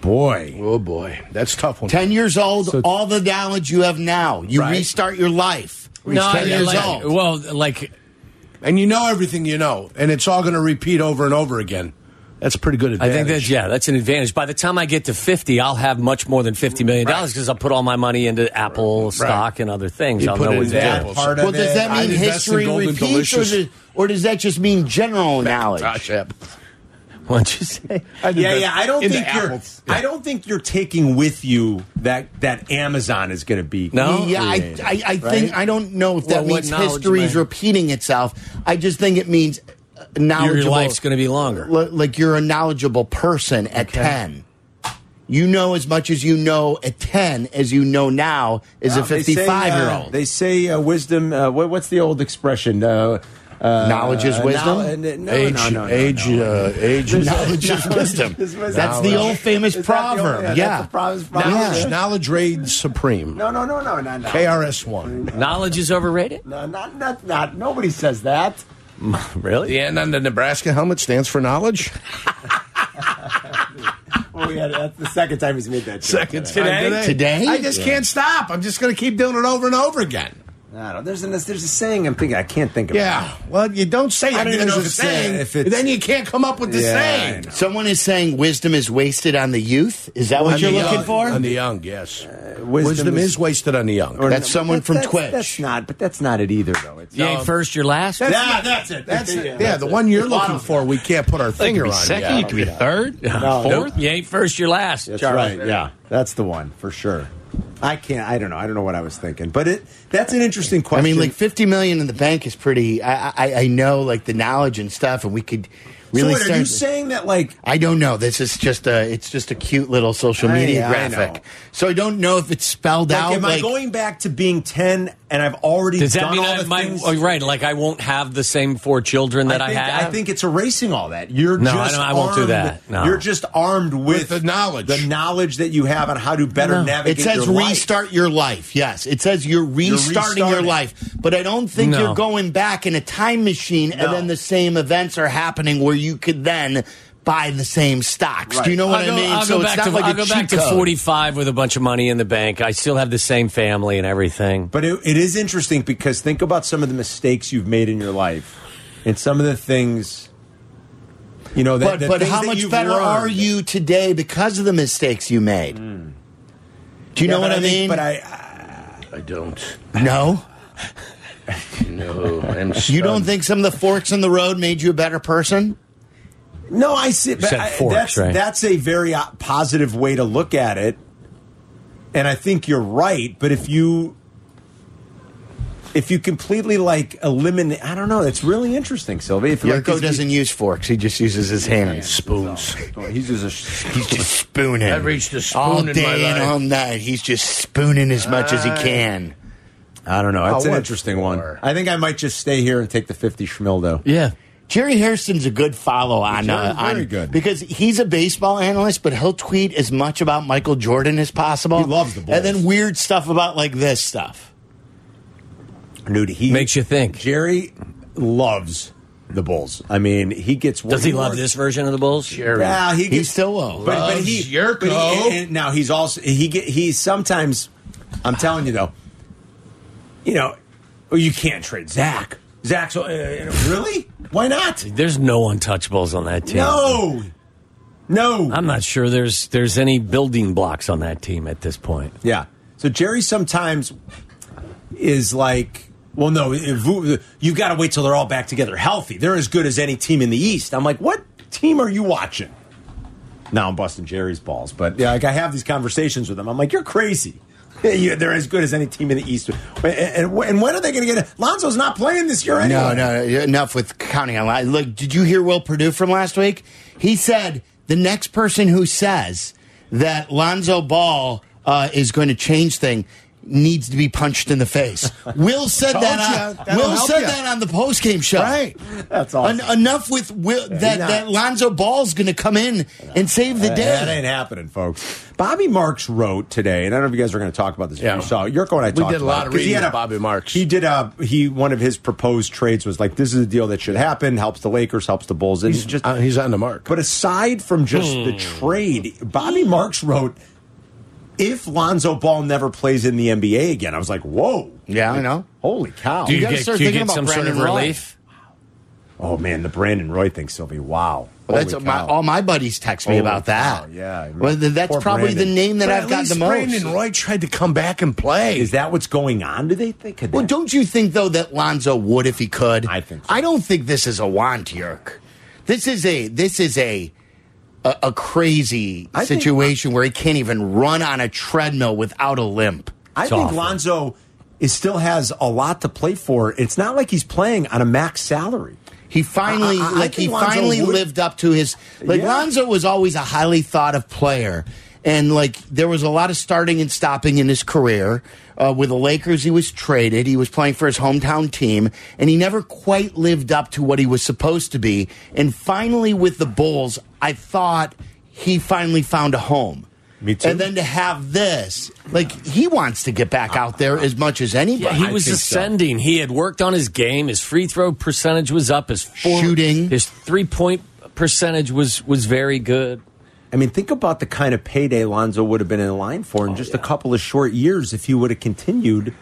Speaker 4: Boy,
Speaker 6: Oh boy, that's a tough one.
Speaker 7: 10 years old, all the knowledge you have now. You restart your life.
Speaker 1: no, I-
Speaker 7: 10 years
Speaker 1: like,
Speaker 7: old.
Speaker 1: Well, like
Speaker 6: And you know everything you know, and it's all going to repeat over and over again. That's pretty good
Speaker 1: I
Speaker 6: advantage.
Speaker 1: think that's yeah, that's an advantage. By the time I get to fifty, I'll have much more than fifty million dollars because I'll put all my money into Apple stock and other things.
Speaker 6: You
Speaker 1: I'll
Speaker 6: put
Speaker 1: know
Speaker 6: it
Speaker 1: what
Speaker 6: in
Speaker 1: to
Speaker 6: that
Speaker 1: do.
Speaker 6: part
Speaker 7: Well, does that
Speaker 6: I'd
Speaker 7: mean
Speaker 6: invest in
Speaker 7: history
Speaker 6: Golden
Speaker 7: repeats, or
Speaker 6: Delicious.
Speaker 7: does, or does that just mean general knowledge?
Speaker 6: Gosh, yep.
Speaker 1: [LAUGHS] What'd you say?
Speaker 6: I'd
Speaker 4: yeah,
Speaker 6: invest
Speaker 4: yeah. I don't
Speaker 6: in the
Speaker 4: think you're.
Speaker 6: apples.
Speaker 4: I don't think you're taking with you that that Amazon is going to be.
Speaker 1: No?
Speaker 7: Yeah, I,
Speaker 4: created,
Speaker 7: I, I think I don't know if that
Speaker 1: Well, what
Speaker 7: means
Speaker 1: knowledge,
Speaker 7: history is
Speaker 1: man?
Speaker 7: repeating itself. I just think it means uh,
Speaker 1: Your
Speaker 7: knowledgeable.
Speaker 1: life's going to be longer.
Speaker 7: li- like you're a knowledgeable person at ten. You know as much as you know at ten as you know now as a
Speaker 4: Well, they say,
Speaker 7: fifty-five year
Speaker 4: uh,
Speaker 7: old.
Speaker 4: They say uh, wisdom. Uh, what, what's the old expression? Uh, uh,
Speaker 7: Knowledge is
Speaker 4: uh,
Speaker 7: wisdom?
Speaker 4: knowl- uh, n- no,
Speaker 6: age,
Speaker 4: no, no, no,
Speaker 6: age,
Speaker 4: no.
Speaker 6: uh, age.
Speaker 7: Knowledge is wisdom.
Speaker 4: is wisdom.
Speaker 7: That's the old famous
Speaker 4: Is that the old-
Speaker 7: proverb.
Speaker 4: yeah, that's
Speaker 7: yeah,
Speaker 4: the proverb-
Speaker 7: Yeah.
Speaker 6: Knowledge, knowledge reigns supreme.
Speaker 4: No, no, no, no, no, no.
Speaker 6: KRS One.
Speaker 1: Knowledge is overrated.
Speaker 4: No, not, not, not. Nobody says that.
Speaker 1: Really?
Speaker 6: The N on the Nebraska helmet stands for [LAUGHS] knowledge.
Speaker 4: Well, Oh, yeah, that's the second time he's made that. joke.
Speaker 6: Second time
Speaker 7: Today?
Speaker 6: I just can't stop. I'm just going to keep doing it over and over again.
Speaker 4: I don't. There's a there's a saying I'm thinking I can't think of. it.
Speaker 6: Yeah. Well, you don't say
Speaker 4: I
Speaker 6: that
Speaker 4: don't even know
Speaker 6: there's a
Speaker 4: if it's there,
Speaker 6: saying.
Speaker 4: if it's-
Speaker 6: then you can't come up with the
Speaker 4: Yeah, I
Speaker 6: saying.
Speaker 4: know.
Speaker 7: Someone is saying wisdom is wasted on the youth. Is that what
Speaker 6: On
Speaker 7: you're
Speaker 6: the
Speaker 7: looking
Speaker 4: uh,
Speaker 6: young-
Speaker 7: for?
Speaker 6: On the young, yes. wisdom
Speaker 4: is-
Speaker 6: is, wasted on the young.
Speaker 4: Or
Speaker 7: That's
Speaker 4: no,
Speaker 7: someone from
Speaker 4: that's-
Speaker 7: Twitch.
Speaker 4: That's not. But that's not it either, though. It's
Speaker 1: You ain't first, you're last.
Speaker 6: yeah, that's it. That's it. Yeah, the one you're looking for, we can't put our
Speaker 9: You
Speaker 6: finger
Speaker 9: could be
Speaker 6: on.
Speaker 9: second.
Speaker 6: yet.
Speaker 9: You could be third.
Speaker 1: Nope, You ain't first, you're last.
Speaker 4: That's
Speaker 1: Charlie.
Speaker 4: right. Yeah, that's the one for sure. I can't. I don't know. I don't know what I was thinking, but it. That's an interesting
Speaker 7: I
Speaker 4: question.
Speaker 7: mean, like fifty million in the bank is pretty. I, I, I know like the knowledge and stuff, and we could really
Speaker 4: so wait,
Speaker 7: start.
Speaker 4: are you saying that like
Speaker 7: I don't know. This is just a. It's just a cute little social
Speaker 4: I-
Speaker 7: media
Speaker 4: I
Speaker 7: graphic.
Speaker 4: know.
Speaker 7: so I don't know if it's spelled
Speaker 4: Like,
Speaker 7: out.
Speaker 4: am
Speaker 7: like,
Speaker 4: I going back to being ten and I've already
Speaker 1: Does that
Speaker 4: done
Speaker 1: mean
Speaker 4: all
Speaker 1: I
Speaker 4: the
Speaker 1: might?
Speaker 4: things?
Speaker 1: Oh, right, like I won't have the same four children that I,
Speaker 4: think,
Speaker 1: have.
Speaker 4: think it's erasing all that. You're
Speaker 1: No, I
Speaker 4: just
Speaker 1: don't- I won't do
Speaker 4: armed-
Speaker 1: that. No.
Speaker 4: You're just armed with,
Speaker 6: the knowledge.
Speaker 4: the knowledge that you have on how to better
Speaker 1: No.
Speaker 4: navigate.
Speaker 7: It says
Speaker 4: your life.
Speaker 7: restart your life. Yes, it says you're restarting, your
Speaker 4: restarting.
Speaker 7: life, but I don't think
Speaker 1: No.
Speaker 7: you're going back in a time machine
Speaker 4: No.
Speaker 7: and then the same events are happening where you could then buy the same stocks. Do you know what
Speaker 1: I'll go,
Speaker 7: I mean?
Speaker 1: I'll go back to I'll go back
Speaker 7: cheat
Speaker 1: to
Speaker 7: code.
Speaker 1: 45 with a bunch of money in the bank. I still have the same family and everything.
Speaker 4: But it, it is interesting because think about some of the mistakes you've made in your life, and some of the things. You know, that,
Speaker 7: But,
Speaker 4: the
Speaker 7: but
Speaker 4: things
Speaker 7: how
Speaker 4: that
Speaker 7: much
Speaker 4: you've
Speaker 7: better
Speaker 4: learned. Hmm.
Speaker 7: are you today because of the mistakes you made? Do you
Speaker 4: Yeah,
Speaker 7: know
Speaker 4: but
Speaker 7: what I,
Speaker 4: think-
Speaker 7: mean?
Speaker 4: But I,
Speaker 6: I don't.
Speaker 7: no,
Speaker 6: No, I'm
Speaker 7: you don't think some of the forks in the road made you a better person?
Speaker 4: no, I see. But
Speaker 1: said
Speaker 4: I,
Speaker 1: forks,
Speaker 4: that's,
Speaker 1: right?
Speaker 4: that's a very uh, positive way to look at it, and I think you're right. But if you, if you completely like eliminate, I don't know. That's really interesting, Sylvie. If you, like,
Speaker 7: Yurko
Speaker 4: if you-
Speaker 7: doesn't use forks; he just uses his hands.
Speaker 6: spoons.
Speaker 4: [LAUGHS] Oh, He's just a sh-
Speaker 7: He's just spooning.
Speaker 6: I reached a spoon
Speaker 7: all
Speaker 6: in my
Speaker 7: day and
Speaker 6: life.
Speaker 7: all night. He's just spooning as much as he
Speaker 4: Uh,
Speaker 7: can.
Speaker 4: I don't know.
Speaker 1: Oh,
Speaker 4: That's an
Speaker 6: Oh, what
Speaker 4: interesting
Speaker 6: for?
Speaker 4: one. I think I might just stay here and take the fifty schmildo.
Speaker 1: Yeah.
Speaker 7: Jerry Hairston's a good follow on, uh,
Speaker 4: Jerry's
Speaker 7: on
Speaker 4: very good.
Speaker 7: because he's a baseball analyst, but he'll tweet as much about Michael Jordan as possible.
Speaker 4: He loves the Bulls.
Speaker 7: and then weird stuff about like this stuff.
Speaker 4: Dude, he
Speaker 1: Makes you think.
Speaker 4: Jerry loves the Bulls. I mean, he gets.
Speaker 1: Does he
Speaker 4: way
Speaker 1: love
Speaker 4: more-
Speaker 1: this version of the Bulls? Sure.
Speaker 4: Yeah, he gets,
Speaker 7: He still will.
Speaker 4: But, but he,
Speaker 6: Loves Yurko.
Speaker 4: but he- and- and now he's also he get he sometimes. I'm telling you though, you know, oh, you can't trade Zach. Zach's uh, really? Why not?
Speaker 1: There's no untouchables on that team.
Speaker 4: No, no.
Speaker 1: I'm not sure there's there's any building blocks on that team at this point.
Speaker 4: Yeah. So Jerry sometimes is like, well, no, if- you've got to wait till they're all back together healthy. They're as good as any team in the East. I'm like, what team are you watching? Now I'm busting Jerry's balls, but yeah, like I have these conversations with him. I'm like, you're crazy. [LAUGHS] You- they're as good as any team in the East. And, and- and when are they going to get it? Lonzo's not playing this year anyway.
Speaker 7: No, no, no, enough with counting on. li- Look, did you hear Will Purdue from last week? He said the next person who says that Lonzo Ball uh, is going to change thing needs to be punched in the face. Will said
Speaker 6: Told
Speaker 7: that.
Speaker 6: ya.
Speaker 7: On,
Speaker 6: That'll
Speaker 7: Will
Speaker 6: help
Speaker 7: said
Speaker 6: ya.
Speaker 7: that on the post game show.
Speaker 6: Right.
Speaker 4: That's awesome.
Speaker 7: En- enough with Will, that
Speaker 4: not-
Speaker 7: that Lonzo Ball's going to come in and save the
Speaker 4: That
Speaker 7: day.
Speaker 4: ain't happening, folks. Bobby Marks wrote today, and I don't know if you guys are going to talk about this. Yeah.
Speaker 6: Yeah.
Speaker 4: You saw it. Yurko and I
Speaker 6: We
Speaker 4: talked
Speaker 6: did a
Speaker 4: about it,
Speaker 6: lot of
Speaker 4: 'cause he
Speaker 6: reading
Speaker 4: had
Speaker 6: with Bobby Marks.
Speaker 4: He did a he. One of his proposed trades was like, "This is a deal that should happen. Helps the Lakers, helps the Bulls." And just,
Speaker 6: Uh, he's on the mark.
Speaker 4: but aside from just the
Speaker 7: Hmm.
Speaker 4: trade, Bobby Marks wrote, "If Lonzo Ball never plays in the NBA again," I was like, "Whoa,
Speaker 7: Yeah, I know.
Speaker 4: holy cow!"
Speaker 1: Do you,
Speaker 7: gotta
Speaker 1: get,
Speaker 7: start
Speaker 1: do you
Speaker 7: thinking
Speaker 1: get
Speaker 7: about
Speaker 1: some sort
Speaker 7: Brandon
Speaker 1: of
Speaker 7: Roy.
Speaker 1: relief?
Speaker 4: oh man, the Brandon Roy thing, Sylvie. Wow,
Speaker 7: Well, that's
Speaker 4: Holy
Speaker 7: my,
Speaker 4: cow.
Speaker 7: all my buddies text me
Speaker 4: Holy
Speaker 7: about that.
Speaker 4: cow, yeah.
Speaker 7: well, th- that's
Speaker 4: Poor
Speaker 7: probably
Speaker 4: Brandon.
Speaker 7: the name that
Speaker 6: But
Speaker 7: I've
Speaker 6: at
Speaker 7: got
Speaker 6: least
Speaker 7: the most.
Speaker 6: Brandon Roy tried to come back and play.
Speaker 4: Is that what's going on? Do they think? Could
Speaker 7: Well,
Speaker 4: that-
Speaker 7: don't you think though that Lonzo would if he could?
Speaker 4: I think so.
Speaker 7: I don't think this is a want yerk. This is a this is a a, a crazy
Speaker 4: I think-
Speaker 7: situation where he can't even run on a treadmill without a limp.
Speaker 4: I
Speaker 1: It's
Speaker 4: think
Speaker 1: awful.
Speaker 4: Lonzo is still has a lot to play for. It's not like he's playing on a max salary.
Speaker 7: He finally,
Speaker 4: I- I- I
Speaker 7: like he
Speaker 4: think Lonzo
Speaker 7: finally
Speaker 4: would-
Speaker 7: lived up to his. Like
Speaker 4: Yeah.
Speaker 7: Lonzo was always a highly thought of player, and like there was a lot of starting and stopping in his career. Uh, with the Lakers, he was traded. He was playing for his hometown team, and he never quite lived up to what he was supposed to be. And finally, with the Bulls, I thought he finally found a home.
Speaker 4: Me too.
Speaker 7: And then to have this, like he wants to get back out there as much as anybody.
Speaker 1: He was ascending. He had worked on his game. His free throw percentage was up. His four,
Speaker 7: Shooting.
Speaker 1: his three point percentage was was very good.
Speaker 4: I mean, think about the kind of
Speaker 7: Oh,
Speaker 4: payday Lonzo would have been in line for in just a couple of short years if he would have continued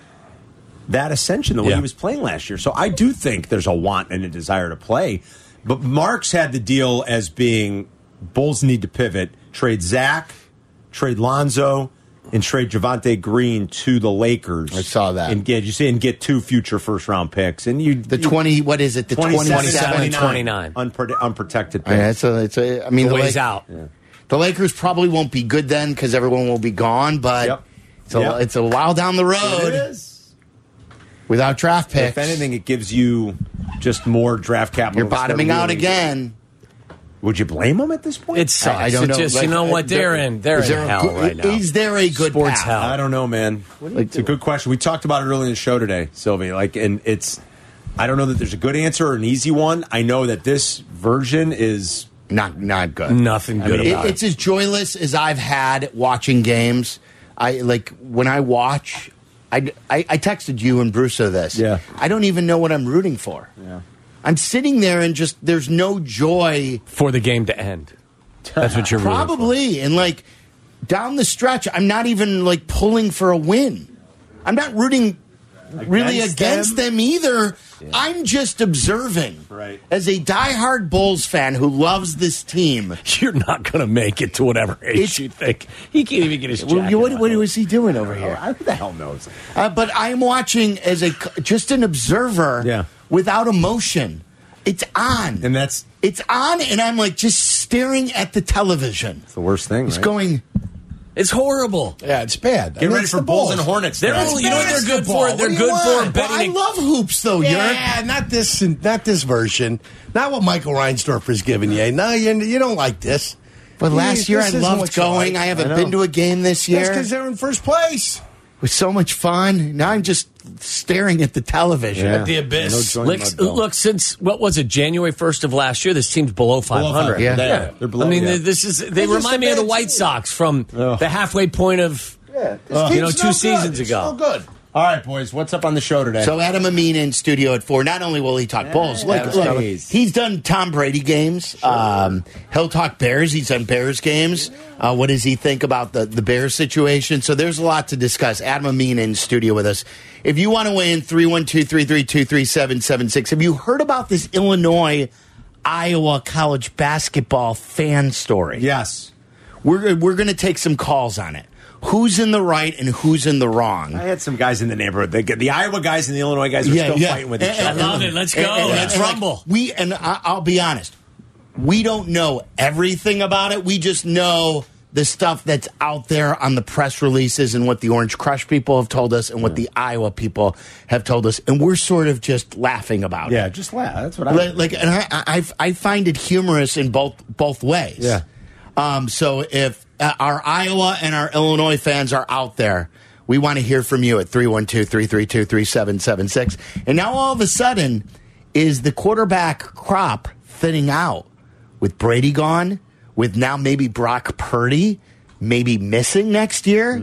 Speaker 4: that ascension the way
Speaker 1: Yeah.
Speaker 4: he was playing last year. So I do think there's a want and a desire to play. But Marks had the deal as being Bulls need to pivot, trade Zach, trade Lonzo, and trade Javante Green to the Lakers.
Speaker 7: I saw that.
Speaker 4: And get you see and get two future first round picks. And you
Speaker 7: The twenty, what is it? The
Speaker 1: 27,
Speaker 7: 27
Speaker 1: 29.
Speaker 4: Unpro- unprotected picks.
Speaker 7: Yeah, it's a, it's a, I mean,
Speaker 1: The ways
Speaker 7: Lak-
Speaker 1: out.
Speaker 7: The Lakers probably won't be good then because everyone will be gone. But
Speaker 4: Yep.
Speaker 7: it's a
Speaker 4: Yep.
Speaker 7: it's a while down the
Speaker 4: It
Speaker 7: road
Speaker 4: is.
Speaker 7: without draft picks.
Speaker 4: If anything, it gives you just more draft capital.
Speaker 7: you're
Speaker 4: to start
Speaker 7: bottoming out
Speaker 4: wheeling.
Speaker 7: again.
Speaker 4: Would you blame them at this point?
Speaker 1: It sucks.
Speaker 7: I, I don't
Speaker 1: It
Speaker 7: know.
Speaker 1: Just, you
Speaker 7: like,
Speaker 1: know what?
Speaker 7: uh,
Speaker 1: They're
Speaker 7: there-
Speaker 1: in. They're
Speaker 7: is
Speaker 1: in
Speaker 7: there a
Speaker 1: hell
Speaker 7: good-
Speaker 1: right now.
Speaker 7: Is there a good
Speaker 1: Sports
Speaker 7: path?
Speaker 1: hell.
Speaker 4: I don't know, man.
Speaker 7: Like-
Speaker 4: it's a good question. We talked about it early in the show today, Sylvie. Like, and it's I don't know that there's a good answer or an easy one. I know that this version is
Speaker 7: Not not good.
Speaker 1: Nothing good
Speaker 7: It-
Speaker 1: about it.
Speaker 7: it's as joyless as I've had watching games. I like when I watch. I, I, I texted you and Brusso this.
Speaker 4: Yeah.
Speaker 7: I don't even know what I'm rooting for. Yeah. I'm sitting there and just there's no joy.
Speaker 1: for the game to end. That's what you're rooting for.
Speaker 7: Probably and like down the stretch, I'm not even like pulling for a win. I'm not rooting really
Speaker 4: Against
Speaker 7: against
Speaker 4: them?
Speaker 7: them, either. I'm just observing.
Speaker 4: Right.
Speaker 7: As a diehard Bulls fan who loves this team.
Speaker 1: [LAUGHS] You're not going to make it to whatever age
Speaker 7: It's-
Speaker 1: you think. He can't even get his
Speaker 7: Well,
Speaker 1: jacket.
Speaker 7: you- what,
Speaker 1: on.
Speaker 7: what is he doing over here?
Speaker 4: who the hell knows?
Speaker 7: Uh, but I'm watching as a just an observer,
Speaker 4: Yeah.
Speaker 7: without emotion. It's on,
Speaker 4: And that's
Speaker 7: it's on, and I'm like just staring at the television.
Speaker 4: the worst thing.
Speaker 7: It's
Speaker 4: right?
Speaker 7: going.
Speaker 1: It's horrible.
Speaker 6: Yeah, it's bad.
Speaker 4: Get ready for Bulls and Hornets.
Speaker 1: They're
Speaker 4: guys.
Speaker 1: only, you know what they're good for? They're
Speaker 6: What do you
Speaker 1: good for
Speaker 6: want?
Speaker 7: Well, I
Speaker 1: betting.
Speaker 7: love hoops though, Yerk.
Speaker 6: Yeah, not this, not this version. Not what Michael Reinsdorfer's giving you. No, you, you don't like this.
Speaker 7: But last
Speaker 6: This
Speaker 7: year I
Speaker 6: isn't
Speaker 7: loved
Speaker 6: what you
Speaker 7: going.
Speaker 6: like.
Speaker 7: I haven't
Speaker 4: I know.
Speaker 7: been to a game this year.
Speaker 6: That's because they're in first place.
Speaker 7: It was so much fun. Now I'm just staring at the television.
Speaker 4: Yeah.
Speaker 6: The abyss.
Speaker 4: No joint
Speaker 1: Look,
Speaker 4: mud belt.
Speaker 1: look, since what was it, January 1st of last year, this team's below 500.
Speaker 7: Yeah.
Speaker 4: They're-
Speaker 1: Yeah.
Speaker 4: they're below.
Speaker 1: I mean,
Speaker 4: yeah.
Speaker 1: this is they
Speaker 6: They're just
Speaker 1: remind
Speaker 6: a
Speaker 1: me of the
Speaker 6: bad
Speaker 1: White
Speaker 6: team.
Speaker 1: Sox from the halfway point of you know two seasons ago.
Speaker 6: good.
Speaker 4: All right, boys. What's up on the show today?
Speaker 7: So Adam Amina in studio at four. Not only will he talk Bulls, look,
Speaker 4: that's
Speaker 7: look,
Speaker 4: nice.
Speaker 7: he's done Tom Brady games. Um, he'll talk Bears. He's done Bears games. Uh, what does he think about the the Bears situation? So there's a lot to discuss. Adam Amina in studio with us. If you want to weigh in, three one two three three two three seven seven six. Have you heard about this Illinois? Iowa college basketball fan story.
Speaker 4: yes,
Speaker 7: We're, we're going to take some calls on it. Who's in the right and who's in the wrong?
Speaker 4: I had some guys in the neighborhood. The, the Iowa guys and the Illinois guys are still fighting with each
Speaker 7: And-
Speaker 4: other.
Speaker 1: I
Speaker 7: and-
Speaker 1: love it. Let's go. Let's
Speaker 7: like,
Speaker 1: rumble.
Speaker 7: we and I, I'll be honest, we don't know everything about it. We just know the stuff that's out there on the press releases and what the Orange Crush people have told us and what the Iowa people have told us, and we're sort of just laughing about
Speaker 4: Yeah,
Speaker 7: it.
Speaker 4: just laugh. That's what I.
Speaker 7: Like, like and I, I, I find it humorous in both both ways.
Speaker 4: Yeah.
Speaker 7: Um, so if uh, our Iowa and our Illinois fans are out there, we want to hear from you at 312 332 3776. And now all of a sudden, is the quarterback crop thinning out with Brady gone, with now maybe Brock Purdy maybe missing next year?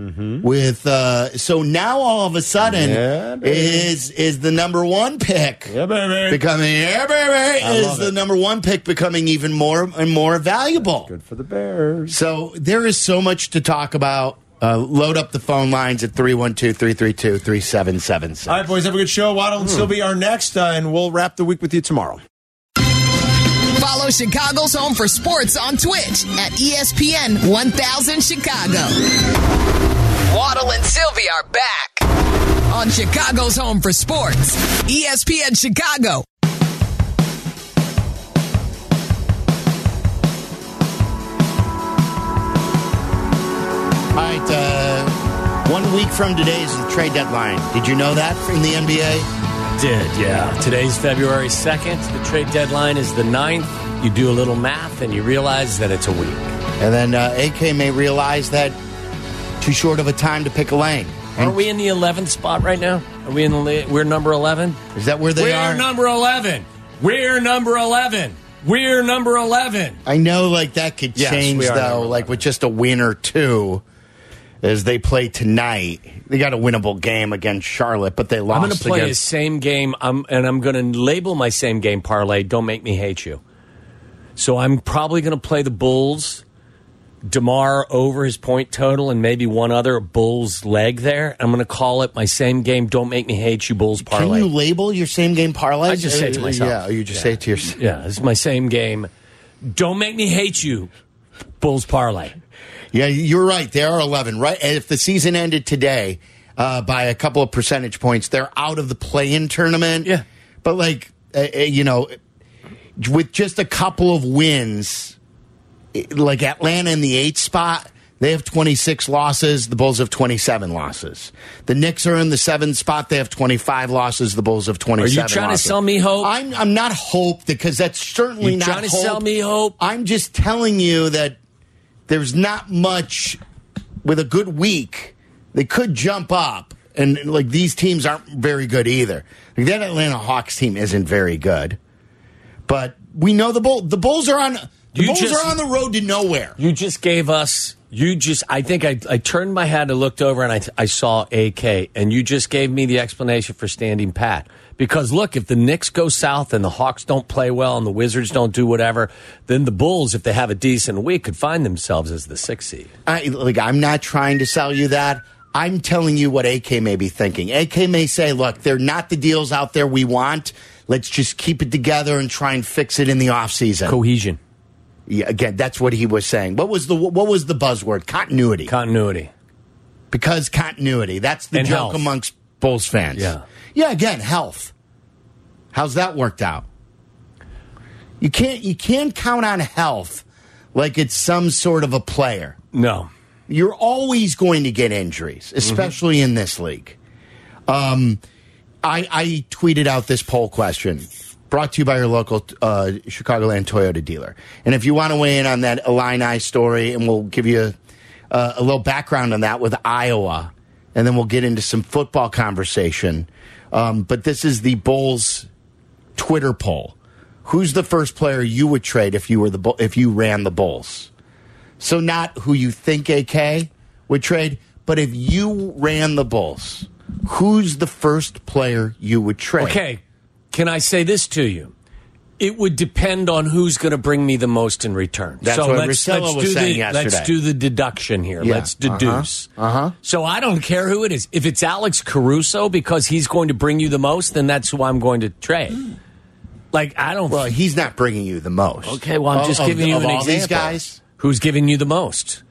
Speaker 7: With uh, So now all of a sudden,
Speaker 4: Mm-hmm. Yeah, baby.
Speaker 7: is is the number one pick
Speaker 4: Yeah, baby.
Speaker 7: becoming, yeah, baby, is
Speaker 4: love
Speaker 7: the
Speaker 4: it.
Speaker 7: number one pick becoming even more and more valuable?
Speaker 4: Good for the Bears.
Speaker 7: So there is so much to talk about. Uh, load up the phone lines at 312 332
Speaker 4: All
Speaker 7: 3777.
Speaker 4: right, boys, have a good show. Waddle
Speaker 7: Hmm.
Speaker 4: and Sylvie are next, uh, and we'll wrap the week with you tomorrow.
Speaker 9: Follow Chicago's Home for Sports on Twitch at E ESPN 1000 Chicago. Waddle and Sylvie are back on Chicago's Home for Sports, E ESPN Chicago.
Speaker 7: All right, uh, one week from today is the trade deadline. Did you know that in the NBA?
Speaker 1: Did yeah. Today's February second. The trade deadline is the 9th. You do a little math and you realize that it's a week.
Speaker 7: And then uh, AK may realize that too short of a time to pick a lane.
Speaker 1: Are we in the eleventh spot right now? Are we in the li- we're number eleven?
Speaker 7: Is that where they
Speaker 1: We're
Speaker 7: are?
Speaker 1: number eleven. We're number eleven. We're number eleven.
Speaker 7: I know, like that could
Speaker 1: Yes,
Speaker 7: change
Speaker 1: we are
Speaker 7: though.
Speaker 1: number
Speaker 7: Like with just a win or two, as they play tonight, they got a winnable game against Charlotte, but they lost.
Speaker 1: I'm going to play
Speaker 7: against-
Speaker 1: his same game, I'm, and I'm going to label my same game parlay. Don't make me hate you. So I'm probably going to play the Bulls Demar over his point total and maybe one other Bulls leg there. I'm going to call it my same game. Don't make me hate you, Bulls parlay.
Speaker 7: Can you label your same game parlay?
Speaker 1: I just say it to myself.
Speaker 7: Yeah, you just say it to yourself.
Speaker 1: yeah, this is my same game. Don't make me hate you, Bulls parlay.
Speaker 7: Yeah, you're right. They are 11, right? And if the season ended today uh, by a couple of percentage points, they're out of the play-in tournament.
Speaker 1: Yeah.
Speaker 7: but like uh, uh, you know, with just a couple of wins, it- like Atlanta in the eighth spot. They have 26 losses. The Bulls have 27 losses. The Knicks are in the seventh spot. They have 25 losses. The Bulls have 27.
Speaker 1: trying to
Speaker 7: losses.
Speaker 1: sell me hope?
Speaker 7: I'm, I'm not hope because that's certainly
Speaker 1: You
Speaker 7: not
Speaker 1: trying to sell me hope?
Speaker 7: I'm just telling you that there's not much with a good week. They could jump up, and like these teams aren't very good either. Like that Atlanta Hawks team isn't very good, but we know the bull. The Bulls are on. The
Speaker 1: You
Speaker 7: Bulls
Speaker 1: just-
Speaker 7: are on the road to nowhere.
Speaker 1: You just gave us. You just. I think I, I turned my head. I looked over and I, I saw AK. And you just gave me the explanation for standing pat. Because look, if the Knicks go south and the Hawks don't play well and the Wizards don't do whatever, then the Bulls, if they have a decent week, could find themselves as the sixth seed.
Speaker 7: I, like I'm not trying to sell you that. I'm telling you what AK may be thinking. AK may say, "Look, they're not the deals out there we want. Let's just keep it together and try and fix it in the off season."
Speaker 1: Cohesion,
Speaker 7: Yeah, again, that's what he was saying. What was the what was the buzzword? Continuity.
Speaker 1: continuity.
Speaker 7: because continuity. That's the
Speaker 1: And
Speaker 7: joke
Speaker 1: health.
Speaker 7: amongst Bulls fans.
Speaker 1: Yeah.
Speaker 7: Yeah, again, health. How's that worked out? You can't you can't count on health like it's some sort of a player.
Speaker 1: No.
Speaker 7: You're always going to get injuries, especially in this league. Um I I tweeted out this poll question brought to you by your local uh Chicagoland Toyota dealer. And if you want to weigh in on that Illini story and we'll give you uh, a little background on that with Iowa, and then we'll get into some football conversation. Um, but this is the Bulls Twitter poll: Who's the first player you would trade if you were the Bull- if you ran the Bulls? So not who you think AK would trade, but if you ran the Bulls, who's the first player you would trade?
Speaker 1: Okay. Can I say this to you? It would depend on who's going to bring me the most in return.
Speaker 7: That's
Speaker 1: so
Speaker 7: what
Speaker 1: let's,
Speaker 7: Russillo
Speaker 1: let's
Speaker 7: was
Speaker 1: do
Speaker 7: saying
Speaker 1: the,
Speaker 7: yesterday.
Speaker 1: Let's do the deduction here.
Speaker 7: Yeah.
Speaker 1: Let's deduce.
Speaker 7: Uh-huh. Uh-huh.
Speaker 1: So I don't care who it is. If it's Alex Caruso because he's going to bring you the most, then that's who I'm going to trade. Like I don't.
Speaker 7: Well, he's not bringing you the most.
Speaker 1: okay. Well, I'm
Speaker 7: Of-
Speaker 1: just
Speaker 7: of-
Speaker 1: giving you
Speaker 7: of
Speaker 1: an
Speaker 7: all
Speaker 1: example.
Speaker 7: These guys.
Speaker 1: Who's giving you the most?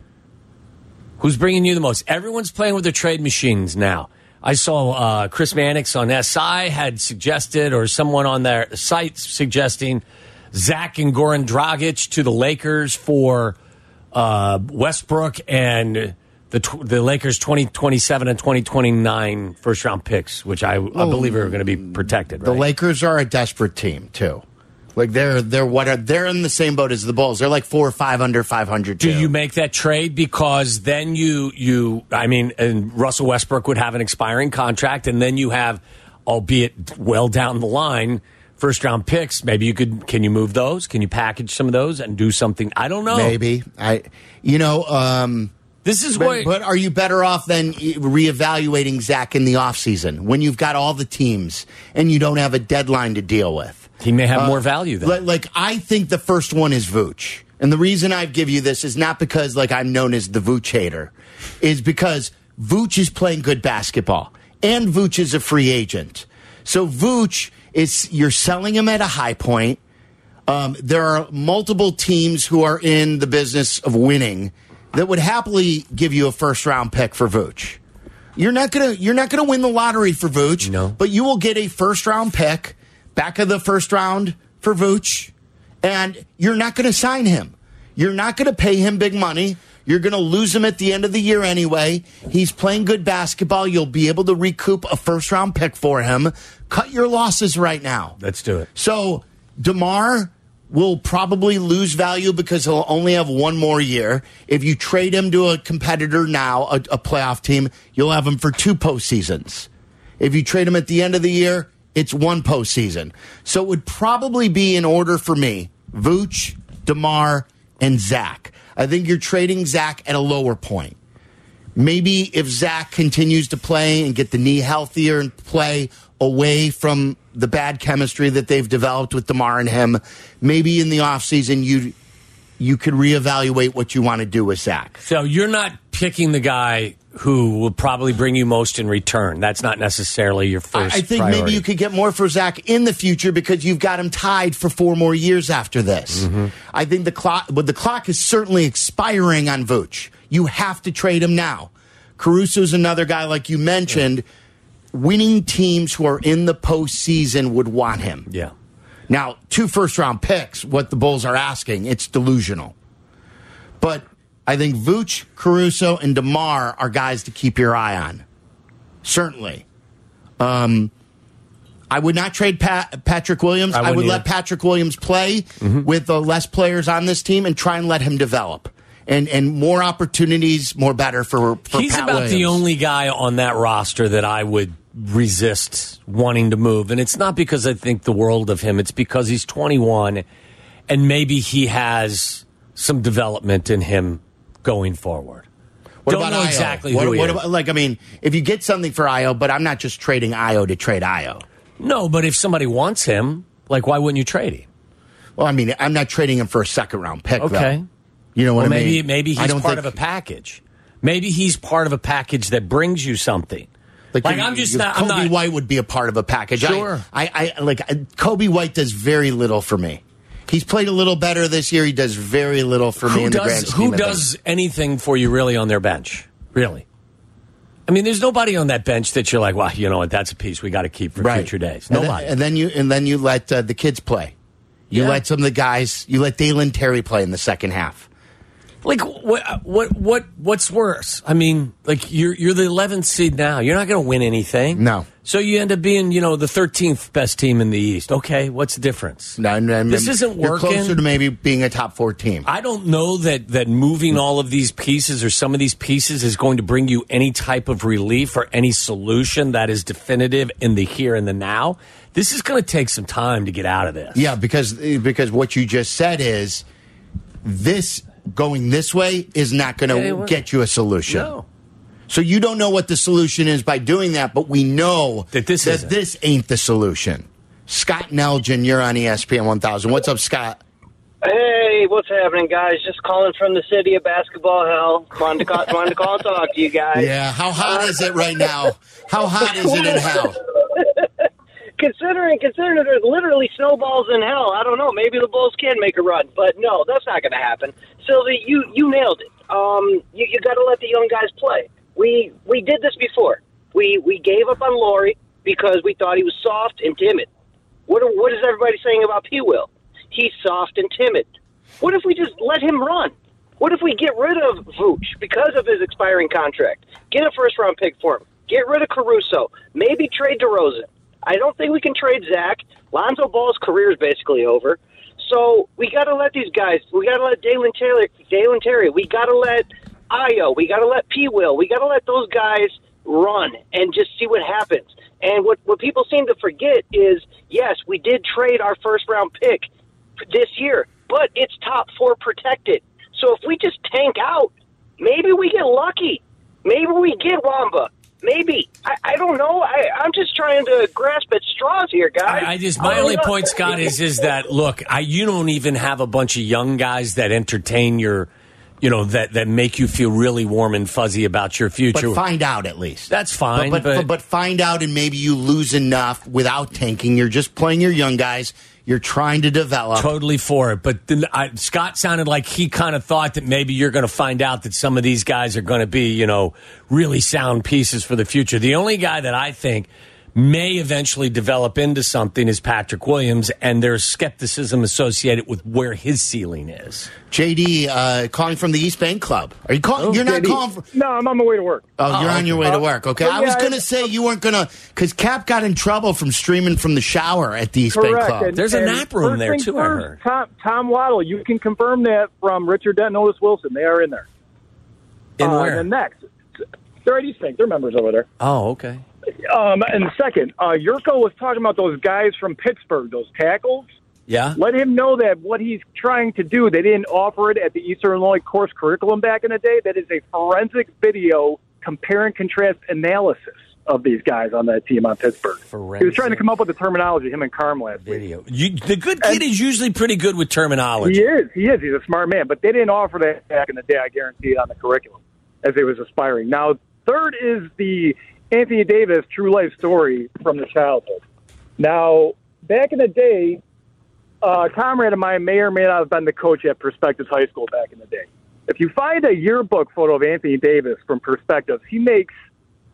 Speaker 1: Who's bringing you the most? Everyone's playing with their trade machines now. I saw uh, Chris Mannix on SI had suggested, or someone on their site suggesting Zach and Goran Dragic to the Lakers for uh, Westbrook and the tw- the Lakers 2027 and 2029 first round picks, which I, I believe are going to be protected.
Speaker 7: The
Speaker 1: right?
Speaker 7: Lakers are a desperate team too. Like they're they're what are they're in the same boat as the Bulls. They're like four or five under five hundred.
Speaker 1: Do you make that trade because then you you I mean and Russell Westbrook would have an expiring contract and then you have albeit well down the line first round picks maybe you could can you move those can you package some of those and do something I don't know
Speaker 7: maybe I? You know, um,
Speaker 1: this is
Speaker 7: but,
Speaker 1: what
Speaker 7: but are you better off than e, reevaluating Zach in the offseason when you've got all the teams and you don't have a deadline to deal with?
Speaker 1: he may
Speaker 7: uh,
Speaker 1: have more value than
Speaker 7: Like, like, I think the first one is Vooch. And the reason I give you this is not because like I'm known as the Vooch hater, is because Vooch is playing good basketball and Vooch is a free agent. So Vooch is you're selling him at a high point. Um, there are multiple teams who are in the business of winning that would happily give you a first round pick for Vooch. You're not gonna you're not gonna win the lottery for Vooch,
Speaker 1: No.
Speaker 7: but you will get a first round pick, back of the first round for Vooch, and you're not gonna sign him. You're not gonna pay him big money. You're gonna lose him at the end of the year anyway. He's playing good basketball. You'll be able to recoup a first round pick for him. Cut your losses right now.
Speaker 1: let's do it
Speaker 7: So DeMar will probably lose value because he'll only have one more year. If you trade him to a competitor now, a, a playoff team, you'll have him for two postseasons. If you trade him at the end of the year, it's one postseason. So it would probably be in order for me Vooch, DeMar, and Zach. I think you're trading Zach at a lower point maybe if Zach continues to play and get the knee healthier and play away from the bad chemistry that they've developed with DeMar and him, maybe in the offseason you you could reevaluate what you want to do with Zach.
Speaker 1: So you're not picking the guy who will probably bring you most in return. That's not necessarily your
Speaker 7: I,
Speaker 1: first.
Speaker 7: I think
Speaker 1: priority.
Speaker 7: maybe you could get more for Zach in the future because you've got him tied for four more years after this.
Speaker 1: Mm-hmm.
Speaker 7: I think the clock, but the clock is certainly expiring on Vooch. You have to trade him now. Caruso's another guy, like you mentioned. Winning teams who are in the postseason would want him.
Speaker 1: Yeah.
Speaker 7: Now, two first round picks, what the Bulls are asking, it's delusional. But I think Vooch, Caruso, and DeMar are guys to keep your eye on. Certainly. Um, I would not trade Pat, Patrick Williams.
Speaker 1: I
Speaker 7: I, would
Speaker 1: wouldn't
Speaker 7: let
Speaker 1: either. Mm-hmm.
Speaker 7: Patrick Williams play with the less players on this team and try and let him develop. And, and more opportunities, more better for, for
Speaker 1: He's
Speaker 7: Pat
Speaker 1: about the
Speaker 7: Williams.
Speaker 1: only guy on that roster that I would resist wanting to move. And it's not because I think the world of him, it's because he's 21 and maybe he has some development in him going forward.
Speaker 7: What
Speaker 1: Don't
Speaker 7: about
Speaker 1: know
Speaker 7: Io?
Speaker 1: exactly
Speaker 7: what,
Speaker 1: who he
Speaker 7: what
Speaker 1: is.
Speaker 7: About, like, I mean, if you get something for Io, but I'm not just trading Io to trade Io.
Speaker 1: No, but if somebody wants him, like, why wouldn't you trade him?
Speaker 7: Well, I mean, I'm not trading him for a second round pick. though.
Speaker 1: Okay.
Speaker 7: You know what
Speaker 1: Or
Speaker 7: I
Speaker 1: maybe
Speaker 7: mean?
Speaker 1: maybe he's
Speaker 7: I don't
Speaker 1: part
Speaker 7: think-
Speaker 1: of a package. Maybe he's part of a package that brings you something. Like,
Speaker 7: you-
Speaker 1: I'm just
Speaker 7: you-
Speaker 1: not. I'm
Speaker 7: Kobe
Speaker 1: not
Speaker 7: White would be a part of a package. I-
Speaker 1: Sure.
Speaker 7: I, I, like I- Kobe White does very little for me. He's played a little better this year. He does very little for me
Speaker 1: who
Speaker 7: in the grand
Speaker 1: does
Speaker 7: scheme
Speaker 1: who
Speaker 7: of things.
Speaker 1: does anything for you really on their bench? Really? I mean, there's nobody on that bench that you're like, wow, you know what? That's a piece we got to keep for future days.
Speaker 7: And then-
Speaker 1: Nobody.
Speaker 7: And then, you and then you let uh, the kids play. You
Speaker 1: Yeah.
Speaker 7: let some of the guys. You let Dalen Terry play in the second half.
Speaker 1: like, what? What? What? What's worse? I mean, like you're you're the 11th seed now. You're not going to win anything.
Speaker 7: No.
Speaker 1: So you end up being, you know, the 13th best team in the East. Okay, what's the difference?
Speaker 7: No, and, and-
Speaker 1: This isn't
Speaker 7: you're
Speaker 1: working.
Speaker 7: Closer to maybe being a top four team.
Speaker 1: I don't know that that moving all of these pieces or some of these pieces is going to bring you any type of relief or any solution that is definitive in the here and the now. This is going to take some time to get out of this.
Speaker 7: Yeah, because because what you just said is this going this way is not going
Speaker 1: It
Speaker 7: to
Speaker 1: won't.
Speaker 7: get you a solution.
Speaker 1: No.
Speaker 7: So you don't know what the solution is by doing that, but we know
Speaker 1: That this
Speaker 7: that
Speaker 1: isn't.
Speaker 7: this ain't the solution. Scott Nelgen, you're on E ESPN 1000. What's up, Scott?
Speaker 10: Hey, what's happening, guys? Just calling from the city of basketball hell. Wanted to call, wanted to call and talk to you guys.
Speaker 7: Yeah, how hot is it right now? How hot is [LAUGHS] it in hell?
Speaker 10: Considering, considering there's literally snowballs in hell. I don't know. Maybe the Bulls can make a run, but no, that's not going to happen. Sylvie, you you nailed it. Um, you you got to let the young guys play. We we did this before. We we gave up on Laurie because we thought he was soft and timid. What what is everybody saying about P. Will? He's soft and timid. What if we just let him run? What if we get rid of Vooch because of his expiring contract? Get a first round pick for him. Get rid of Caruso. Maybe trade DeRozan. I don't think we can trade Zach. Lonzo Ball's career is basically over. So we got to let these guys. We got to let Dalen Taylor, Dalen Terry. We got to let Io. We got to let P. Will. We got to let those guys run and just see what happens. And what what people seem to forget is, yes, we did trade our first round pick this year, but it's top four protected. So if we just tank out, maybe we get lucky. Maybe we get Wamba. Maybe I, I don't know. I, I'm just trying to grasp at straws here, guys.
Speaker 1: I, I just my only point, Scott, is is that look, I you don't even have a bunch of young guys that entertain your, you know, that that make you feel really warm and fuzzy about your future.
Speaker 7: But find out at least.
Speaker 1: That's fine,
Speaker 7: But but,
Speaker 1: but-
Speaker 7: but find out, and maybe you lose enough without tanking. You're just playing your young guys. You're trying to develop.
Speaker 1: totally for it. But then I, Scott sounded like he kind of thought that maybe you're going to find out that some of these guys are going to be, you know, really sound pieces for the future. The only guy that I think may eventually develop into something is Patrick Williams, and there's skepticism associated with where his ceiling is.
Speaker 7: JD uh, calling from the East Bank Club. Are you calling?
Speaker 11: Oh,
Speaker 7: you're not calling. From,
Speaker 10: no, I'm on my way to work.
Speaker 7: oh, you're on your way to work.
Speaker 11: Oh,
Speaker 7: Okay,
Speaker 10: yeah,
Speaker 7: I was
Speaker 10: I-
Speaker 7: gonna say you weren't gonna because Cap got in trouble from streaming from the shower at the East Bank
Speaker 11: Correct.
Speaker 7: Club.
Speaker 11: And-
Speaker 1: There's a
Speaker 11: and
Speaker 1: nap room
Speaker 11: first
Speaker 1: there,
Speaker 11: things
Speaker 1: too, I
Speaker 11: first,
Speaker 1: heard.
Speaker 11: Tom, Tom Waddle, you can confirm that from Richard Dent, and Otis Wilson. They are in there.
Speaker 1: And
Speaker 11: Uh,
Speaker 1: where?
Speaker 11: And then next, they're at East Bank. They're members over there.
Speaker 1: oh, okay.
Speaker 11: Um, and second, uh, Yurko was talking about those guys from Pittsburgh, those tackles.
Speaker 1: Yeah.
Speaker 11: Let him know that what he's trying to do, they didn't offer it at the Eastern Illinois course curriculum back in the day. That is a forensic video compare and contrast analysis. of these guys on that team on Pittsburgh. He was
Speaker 1: Forensic.
Speaker 11: trying to come up with the terminology. Him and Carm last
Speaker 1: Video. You, the good kid is usually pretty good with terminology.
Speaker 11: He is. He is. He's a smart man. But they didn't offer that back in the day. I guarantee it on the curriculum as it was aspiring. Now, third is the Anthony Davis true life story from the childhood. Now, back in the day, uh, a comrade of mine may or may not have been the coach at Perspectives High School back in the day. If you find a yearbook photo of Anthony Davis from Perspectives, he makes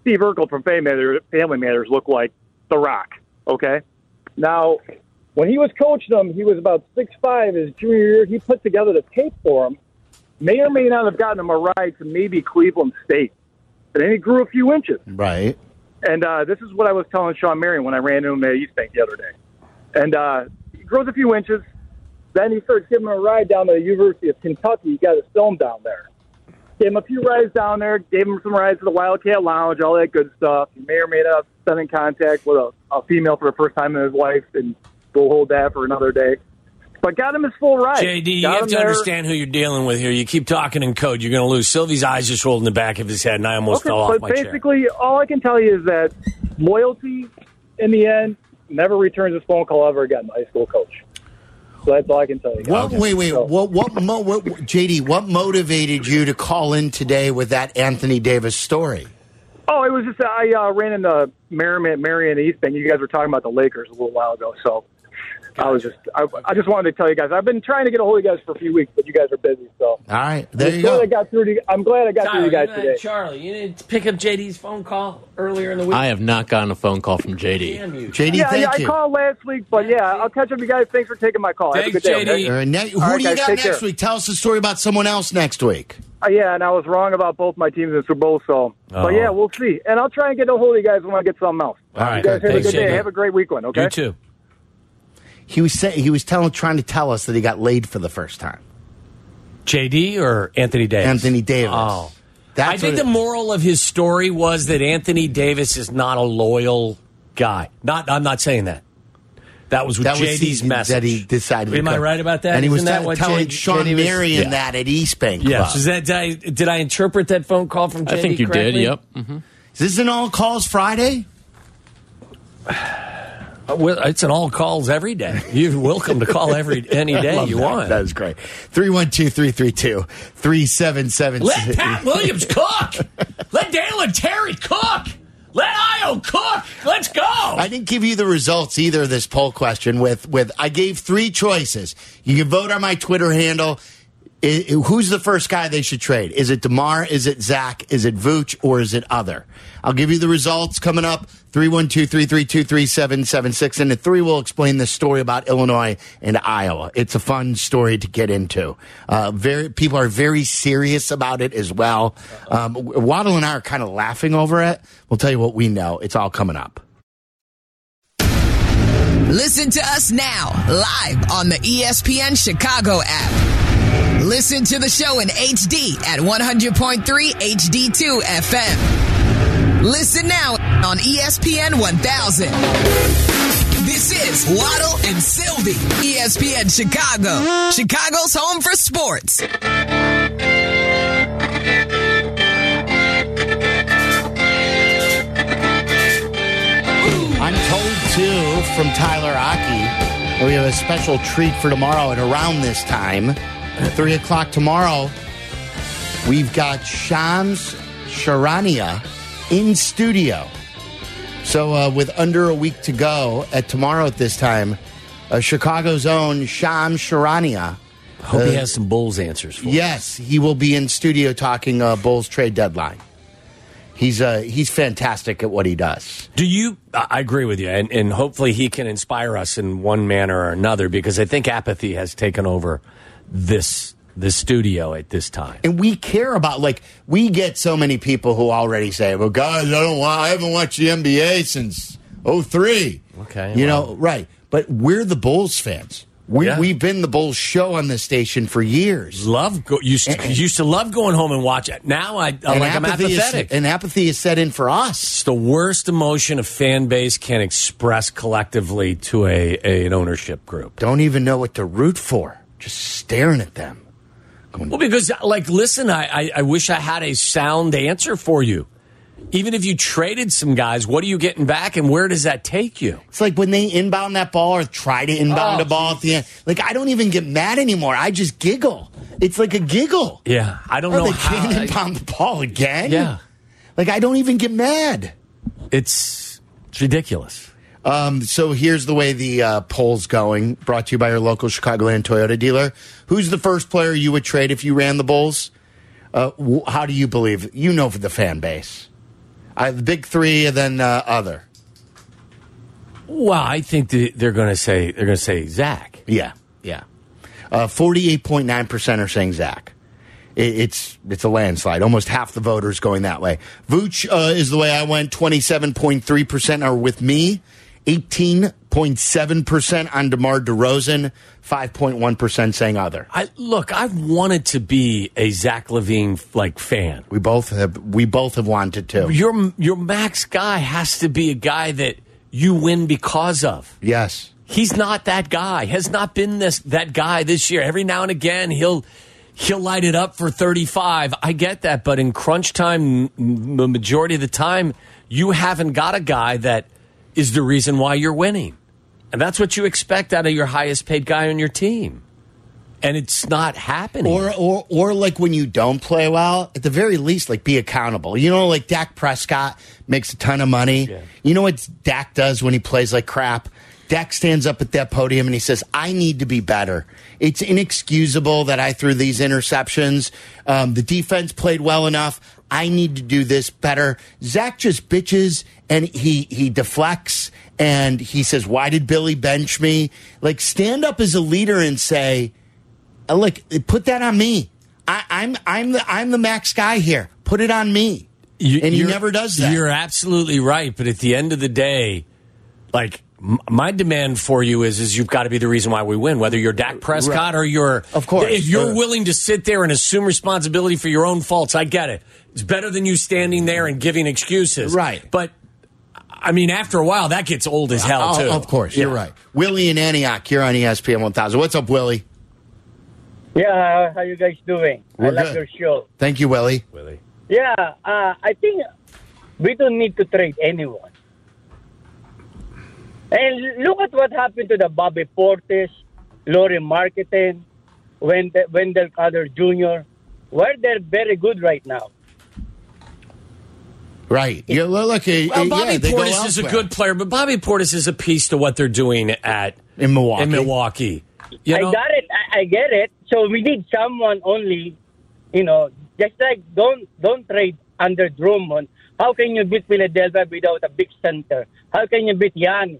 Speaker 11: Steve Urkel from Family Matters, Family Matters look like The Rock. Okay, now when he was coaching them, he was about six five his junior year. He put together the tape for him. May or may not have gotten him a ride to maybe Cleveland State, but then he grew a few inches.
Speaker 7: Right.
Speaker 11: And uh, this is what I was telling Sean Marion when I ran into him at East Bank the other day. And uh, he grows a few inches. Then he starts giving him a ride down to the University of Kentucky. He got his film down there. Gave him a few rides down there. Gave him some rides to the Wildcat Lounge, all that good stuff. He may or may not have been in contact with a, a female for the first time in his life, and we'll hold that for another day. But got him his full ride.
Speaker 1: JD, you
Speaker 11: Got
Speaker 1: have
Speaker 11: him
Speaker 1: to
Speaker 11: there.
Speaker 1: understand who you're dealing with here. You keep talking in code, you're going to lose. Sylvie's eyes just rolled in the back of his head, and I almost fell off
Speaker 11: but
Speaker 1: my chair.
Speaker 11: basically, all I can tell you is that loyalty, in the end, never returns this phone call I ever got in high school coach. So that's all I can tell you.
Speaker 7: What, wait, wait. What, what, mo, what, JD, what motivated you to call in today with that Anthony Davis story?
Speaker 11: Oh, it was just I uh, ran into Merriman, Marion East Bank. You guys were talking about the Lakers a little while ago, so I was just I, I just wanted to tell you guys. I've been trying to get a hold of you guys for a few weeks, but you guys are busy. So
Speaker 7: All right. There
Speaker 11: I'm
Speaker 7: you
Speaker 11: glad
Speaker 7: go.
Speaker 11: I got through. To, you- I'm glad I got through to you guys today.
Speaker 1: Charlie, you didn't pick up JD's phone call earlier in the
Speaker 12: I have not gotten a phone call from JD.
Speaker 7: JD,
Speaker 11: yeah,
Speaker 7: thank
Speaker 11: yeah,
Speaker 7: you.
Speaker 11: I called last week, but yeah, I'll catch up with you guys. Thanks for taking my call. Have a good day. okay?
Speaker 7: All right, now- who
Speaker 11: All right,
Speaker 7: do you
Speaker 11: guys,
Speaker 7: got
Speaker 11: take
Speaker 7: next
Speaker 11: care.
Speaker 7: week? Tell us a story about someone else next week.
Speaker 11: Uh, yeah, and I was wrong about both my teams in Super Bowl, so.
Speaker 7: Oh.
Speaker 11: But yeah, we'll see. And I'll try and get a hold of you guys when I get something else.
Speaker 7: All right.
Speaker 11: You guys have a
Speaker 7: Thanks,
Speaker 11: good day.
Speaker 7: Jacob.
Speaker 11: Have a great weekend, okay?
Speaker 1: too.
Speaker 7: He was saying he was telling, trying to tell us that he got laid for the first time.
Speaker 1: JD or Anthony Davis?
Speaker 7: Anthony Davis.
Speaker 1: Oh.
Speaker 7: That's
Speaker 1: I think
Speaker 7: what
Speaker 1: the
Speaker 7: it-
Speaker 1: moral of his story was that Anthony Davis is not a loyal guy. Not, I'm not saying that. That was
Speaker 7: That was
Speaker 1: JD's
Speaker 7: he-
Speaker 1: message.
Speaker 7: that he decided.
Speaker 1: Am
Speaker 7: to
Speaker 1: I
Speaker 7: come.
Speaker 1: right about that?
Speaker 7: And he was
Speaker 1: Isn't that
Speaker 7: t-
Speaker 1: what
Speaker 7: telling
Speaker 1: JD
Speaker 7: Sean
Speaker 1: was-
Speaker 7: Marion
Speaker 1: Yeah.
Speaker 7: that at East Bank.
Speaker 1: Yes.
Speaker 7: Club.
Speaker 1: Is that, did, I, did I interpret that phone call from JD
Speaker 12: I think you
Speaker 1: correctly?
Speaker 12: did. Yep.
Speaker 7: Is this an all calls Friday?
Speaker 1: Uh, well, It's an all calls every day. You're welcome to call every any
Speaker 7: [LAUGHS] I
Speaker 1: day
Speaker 7: love
Speaker 1: you
Speaker 7: that.
Speaker 1: want.
Speaker 7: That was great. 312 332 3777.
Speaker 1: Let Pat Williams cook. Let Dale and Terry cook. Let Io cook. Let's go.
Speaker 7: I didn't give you the results either of this poll question with with I gave three choices. You can vote on my Twitter handle. I- I- who's the first guy they should trade? Is it DeMar? Is it Zach? Is it Vooch? Or is it other? I'll give you the results coming up 312 332 3776. And the three will explain the story about Illinois and Iowa. It's a fun story to get into. Uh, very People are very serious about it as well. Um, Waddle and I are kind of laughing over it. We'll tell you what we know. It's all coming up.
Speaker 9: Listen to us now, live on the E ESPN Chicago app. Listen to the show in HD at 100.3 HD2 FM. Listen now on E ESPN 1000. This is Waddle and Sylvie, E ESPN Chicago, Chicago's home for sports.
Speaker 7: I'm told too from Tyler Aki that we have a special treat for tomorrow at around this time, three o'clock tomorrow. We've got Shams Sharania in studio. So uh, with under a week to go at tomorrow at this time, uh, Chicago's own Shams Sharania.
Speaker 1: Hope he
Speaker 7: uh,
Speaker 1: has some Bulls answers for
Speaker 7: Yes, he will be in studio talking uh, Bulls trade deadline. He's uh, he's fantastic at what he does.
Speaker 1: Do you? I I agree with you, and, and hopefully he can inspire us in one manner or another because I think apathy has taken over this the studio at this time.
Speaker 7: And we care about like we get so many people who already say, "Well, guys, I don't want. I haven't watched the NBA since 03.
Speaker 1: Okay,
Speaker 7: you
Speaker 1: well.
Speaker 7: know, right? But we're the Bulls fans. We
Speaker 1: Yeah.
Speaker 7: we've been the Bulls show on this station for years.
Speaker 1: Love go, used to, used to love going home and watch it. Now I I'm
Speaker 7: And
Speaker 1: like I'm
Speaker 7: apathy is-
Speaker 1: apathetic.
Speaker 7: and apathy is set in for us.
Speaker 1: it's the worst emotion a fan base can express collectively to a, a an ownership group.
Speaker 7: Don't even know what to root for. Just staring at them.
Speaker 1: Well, because like, listen, I, I, I wish I had a sound answer for you. Even if you traded some guys, what are you getting back, and where does that take you?
Speaker 7: It's like when they inbound that ball or try to
Speaker 1: Oh,
Speaker 7: inbound a ball at the end. Like I don't even get mad anymore. I just giggle. It's like a giggle.
Speaker 1: Yeah, I don't
Speaker 7: Oh,
Speaker 1: know
Speaker 7: they
Speaker 1: how.
Speaker 7: can't inbound the ball
Speaker 1: [LAUGHS]
Speaker 7: again.
Speaker 1: Yeah.
Speaker 7: Like I don't even get mad.
Speaker 1: It's it's ridiculous.
Speaker 7: Um, so here's the way the uh, poll's going. Brought to you by your local Chicagoland Toyota dealer. Who's the first player you would trade if you ran the Bulls? Uh, wh- how do you believe? You know for the fan base. I the big three, and then uh, other.
Speaker 1: Well, I think that they're going to say they're going to say Zach.
Speaker 7: Yeah, yeah. Uh, Forty-eight point nine percent are saying Zach. It, it's it's a landslide. Almost half the voters going that way. Vooch uh, is the way I went. Twenty-seven point three percent are with me. Eighteen point seven percent on Demar Derozan. Five point one percent saying other.
Speaker 1: I look. I've wanted to be a Zach Levine like fan.
Speaker 7: We both have. We both have wanted to.
Speaker 1: Your your max guy has to be a guy that you win because of.
Speaker 7: Yes.
Speaker 1: He's not that guy. Has not been this that guy this year. Every now and again, he'll he'll light it up for 35. I get that, but in crunch time, m- the majority of the time, you haven't got a guy that is the reason why you're winning, and that's what you expect out of your highest paid guy on your team, and it's not happening.
Speaker 7: Or, or, or like when you don't play well, at the very least, like be accountable. You know, like Dak Prescott makes a ton of money. You know what Dak does when he plays like crap? Dak stands up at that podium and he says, I need to be better. It's inexcusable that I threw these interceptions. Um, the defense played well enough. I need to do this better. Zach just bitches and he, he deflects and he says, Why did Billy bench me? Like, stand up as a leader and say, uh, look, put that on me. I, I'm I'm the I'm the max guy here. Put it on me. and he
Speaker 1: you're-
Speaker 7: never does that.
Speaker 1: You're absolutely right, but at the end of the day, like m- my demand for you is is you've got to be the reason why we win, whether you're Dak Prescott
Speaker 7: Right.
Speaker 1: or you're
Speaker 7: Of course.
Speaker 1: If you're
Speaker 7: Uh,
Speaker 1: willing to sit there and assume responsibility for your own faults, I get it. It's better than you standing there and giving excuses,
Speaker 7: Right.
Speaker 1: But I mean, after a while, that gets old as hell,
Speaker 7: Oh,
Speaker 1: too.
Speaker 7: Of course,
Speaker 1: Yeah.
Speaker 7: you're right. Willie and Antioch, you're on E ESPN 1000. What's up, Willie?
Speaker 13: Yeah, how you guys doing? I
Speaker 7: We're
Speaker 13: like
Speaker 7: good.
Speaker 13: your show.
Speaker 7: Thank you, Willie.
Speaker 13: Yeah, uh, I think we don't need to trade anyone. And look at what happened to the Bobby Portis, Laurie Marketing, Wendell, Wendell Carter Jr. Where they're very good right now.
Speaker 7: Right. Yeah, well, look, uh,
Speaker 1: Well,
Speaker 7: uh,
Speaker 1: Bobby
Speaker 7: yeah, they go
Speaker 1: Portis is a
Speaker 7: elsewhere.
Speaker 1: good player, but Bobby Portis is a piece to what they're doing at
Speaker 7: in Milwaukee.
Speaker 1: In Milwaukee, you know?
Speaker 13: I got it. I, I get it. So we need someone only, you know, just like don't don't trade under Drummond. How can you beat Philadelphia without a big center? How can you beat Giannis?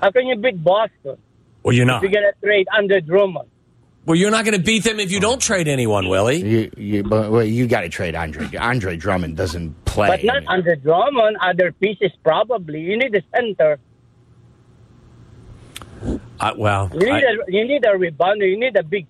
Speaker 13: How can you beat Boston?
Speaker 1: Well, you're not.
Speaker 13: If you're gonna trade under Drummond.
Speaker 1: Well, you're not going to beat them if you don't trade anyone, Willie.
Speaker 7: You, you, but, well, you got to trade Andre. Andre Drummond doesn't play.
Speaker 13: But not under Drummond, other pieces probably. You need a center.
Speaker 1: Uh, well,
Speaker 13: You need
Speaker 1: I-
Speaker 13: a you need a rebounder. You need a big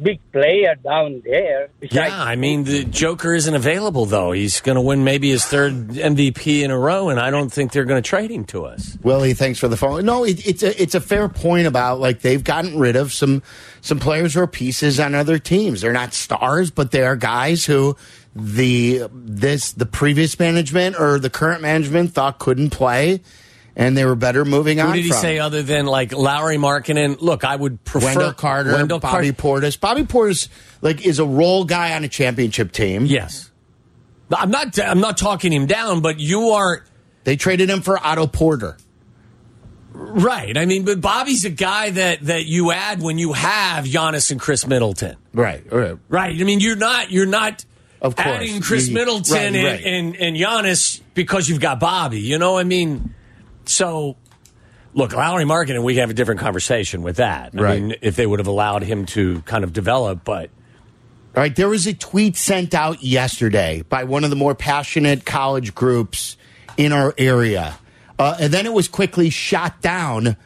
Speaker 13: big player down there.
Speaker 1: yeah, I mean the Joker isn't available though. He's going to win maybe his third MVP in a row, and I don't think they're going to trade him to us.
Speaker 7: Willie, thanks for the phone. No, it, it's a it's a fair point about like they've gotten rid of some some players or pieces on other teams. They're not stars, but they are guys who the this the previous management or the current management thought couldn't play, and they were better moving
Speaker 1: Who
Speaker 7: on.
Speaker 1: did he
Speaker 7: from.
Speaker 1: say other than like Lowry Markkinen? Look, I would prefer
Speaker 7: Wendell Carter,
Speaker 1: Wendell
Speaker 7: Bobby
Speaker 1: Carter.
Speaker 7: Portis. Bobby Portis like is a role guy on a championship team.
Speaker 1: Yes, I'm not. I'm not talking him down, but you are
Speaker 7: They traded him for Otto Porter.
Speaker 1: right. I mean, but Bobby's a guy that that you add when you have Giannis and Chris Middleton.
Speaker 7: Right. Right.
Speaker 1: Right. I mean, you're not. You're not.
Speaker 7: Of course.
Speaker 1: Adding Chris
Speaker 7: You-
Speaker 1: Middleton
Speaker 7: right,
Speaker 1: and,
Speaker 7: right.
Speaker 1: And, and Giannis because you've got Bobby. You know, I mean, so look, Lowry Market, and we have a different conversation with that. I
Speaker 7: Right.
Speaker 1: mean, if they would have allowed him to kind of develop, but
Speaker 7: All right, there was a tweet sent out yesterday by one of the more passionate college groups in our area. Uh, and then it was quickly shot down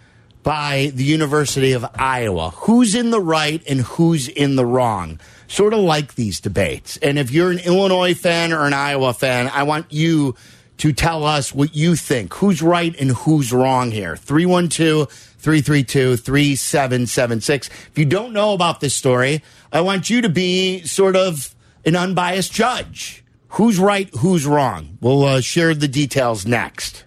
Speaker 7: by the University of Iowa. Who's in the right and who's in the wrong? Sort of like these debates. And if you're an Illinois fan or an Iowa fan, I want you to tell us what you think. Who's right and who's wrong here? 312 332 3776. If you don't know about this story, I want you to be sort of an unbiased judge. Who's right? Who's wrong? We'll uh, share the details next.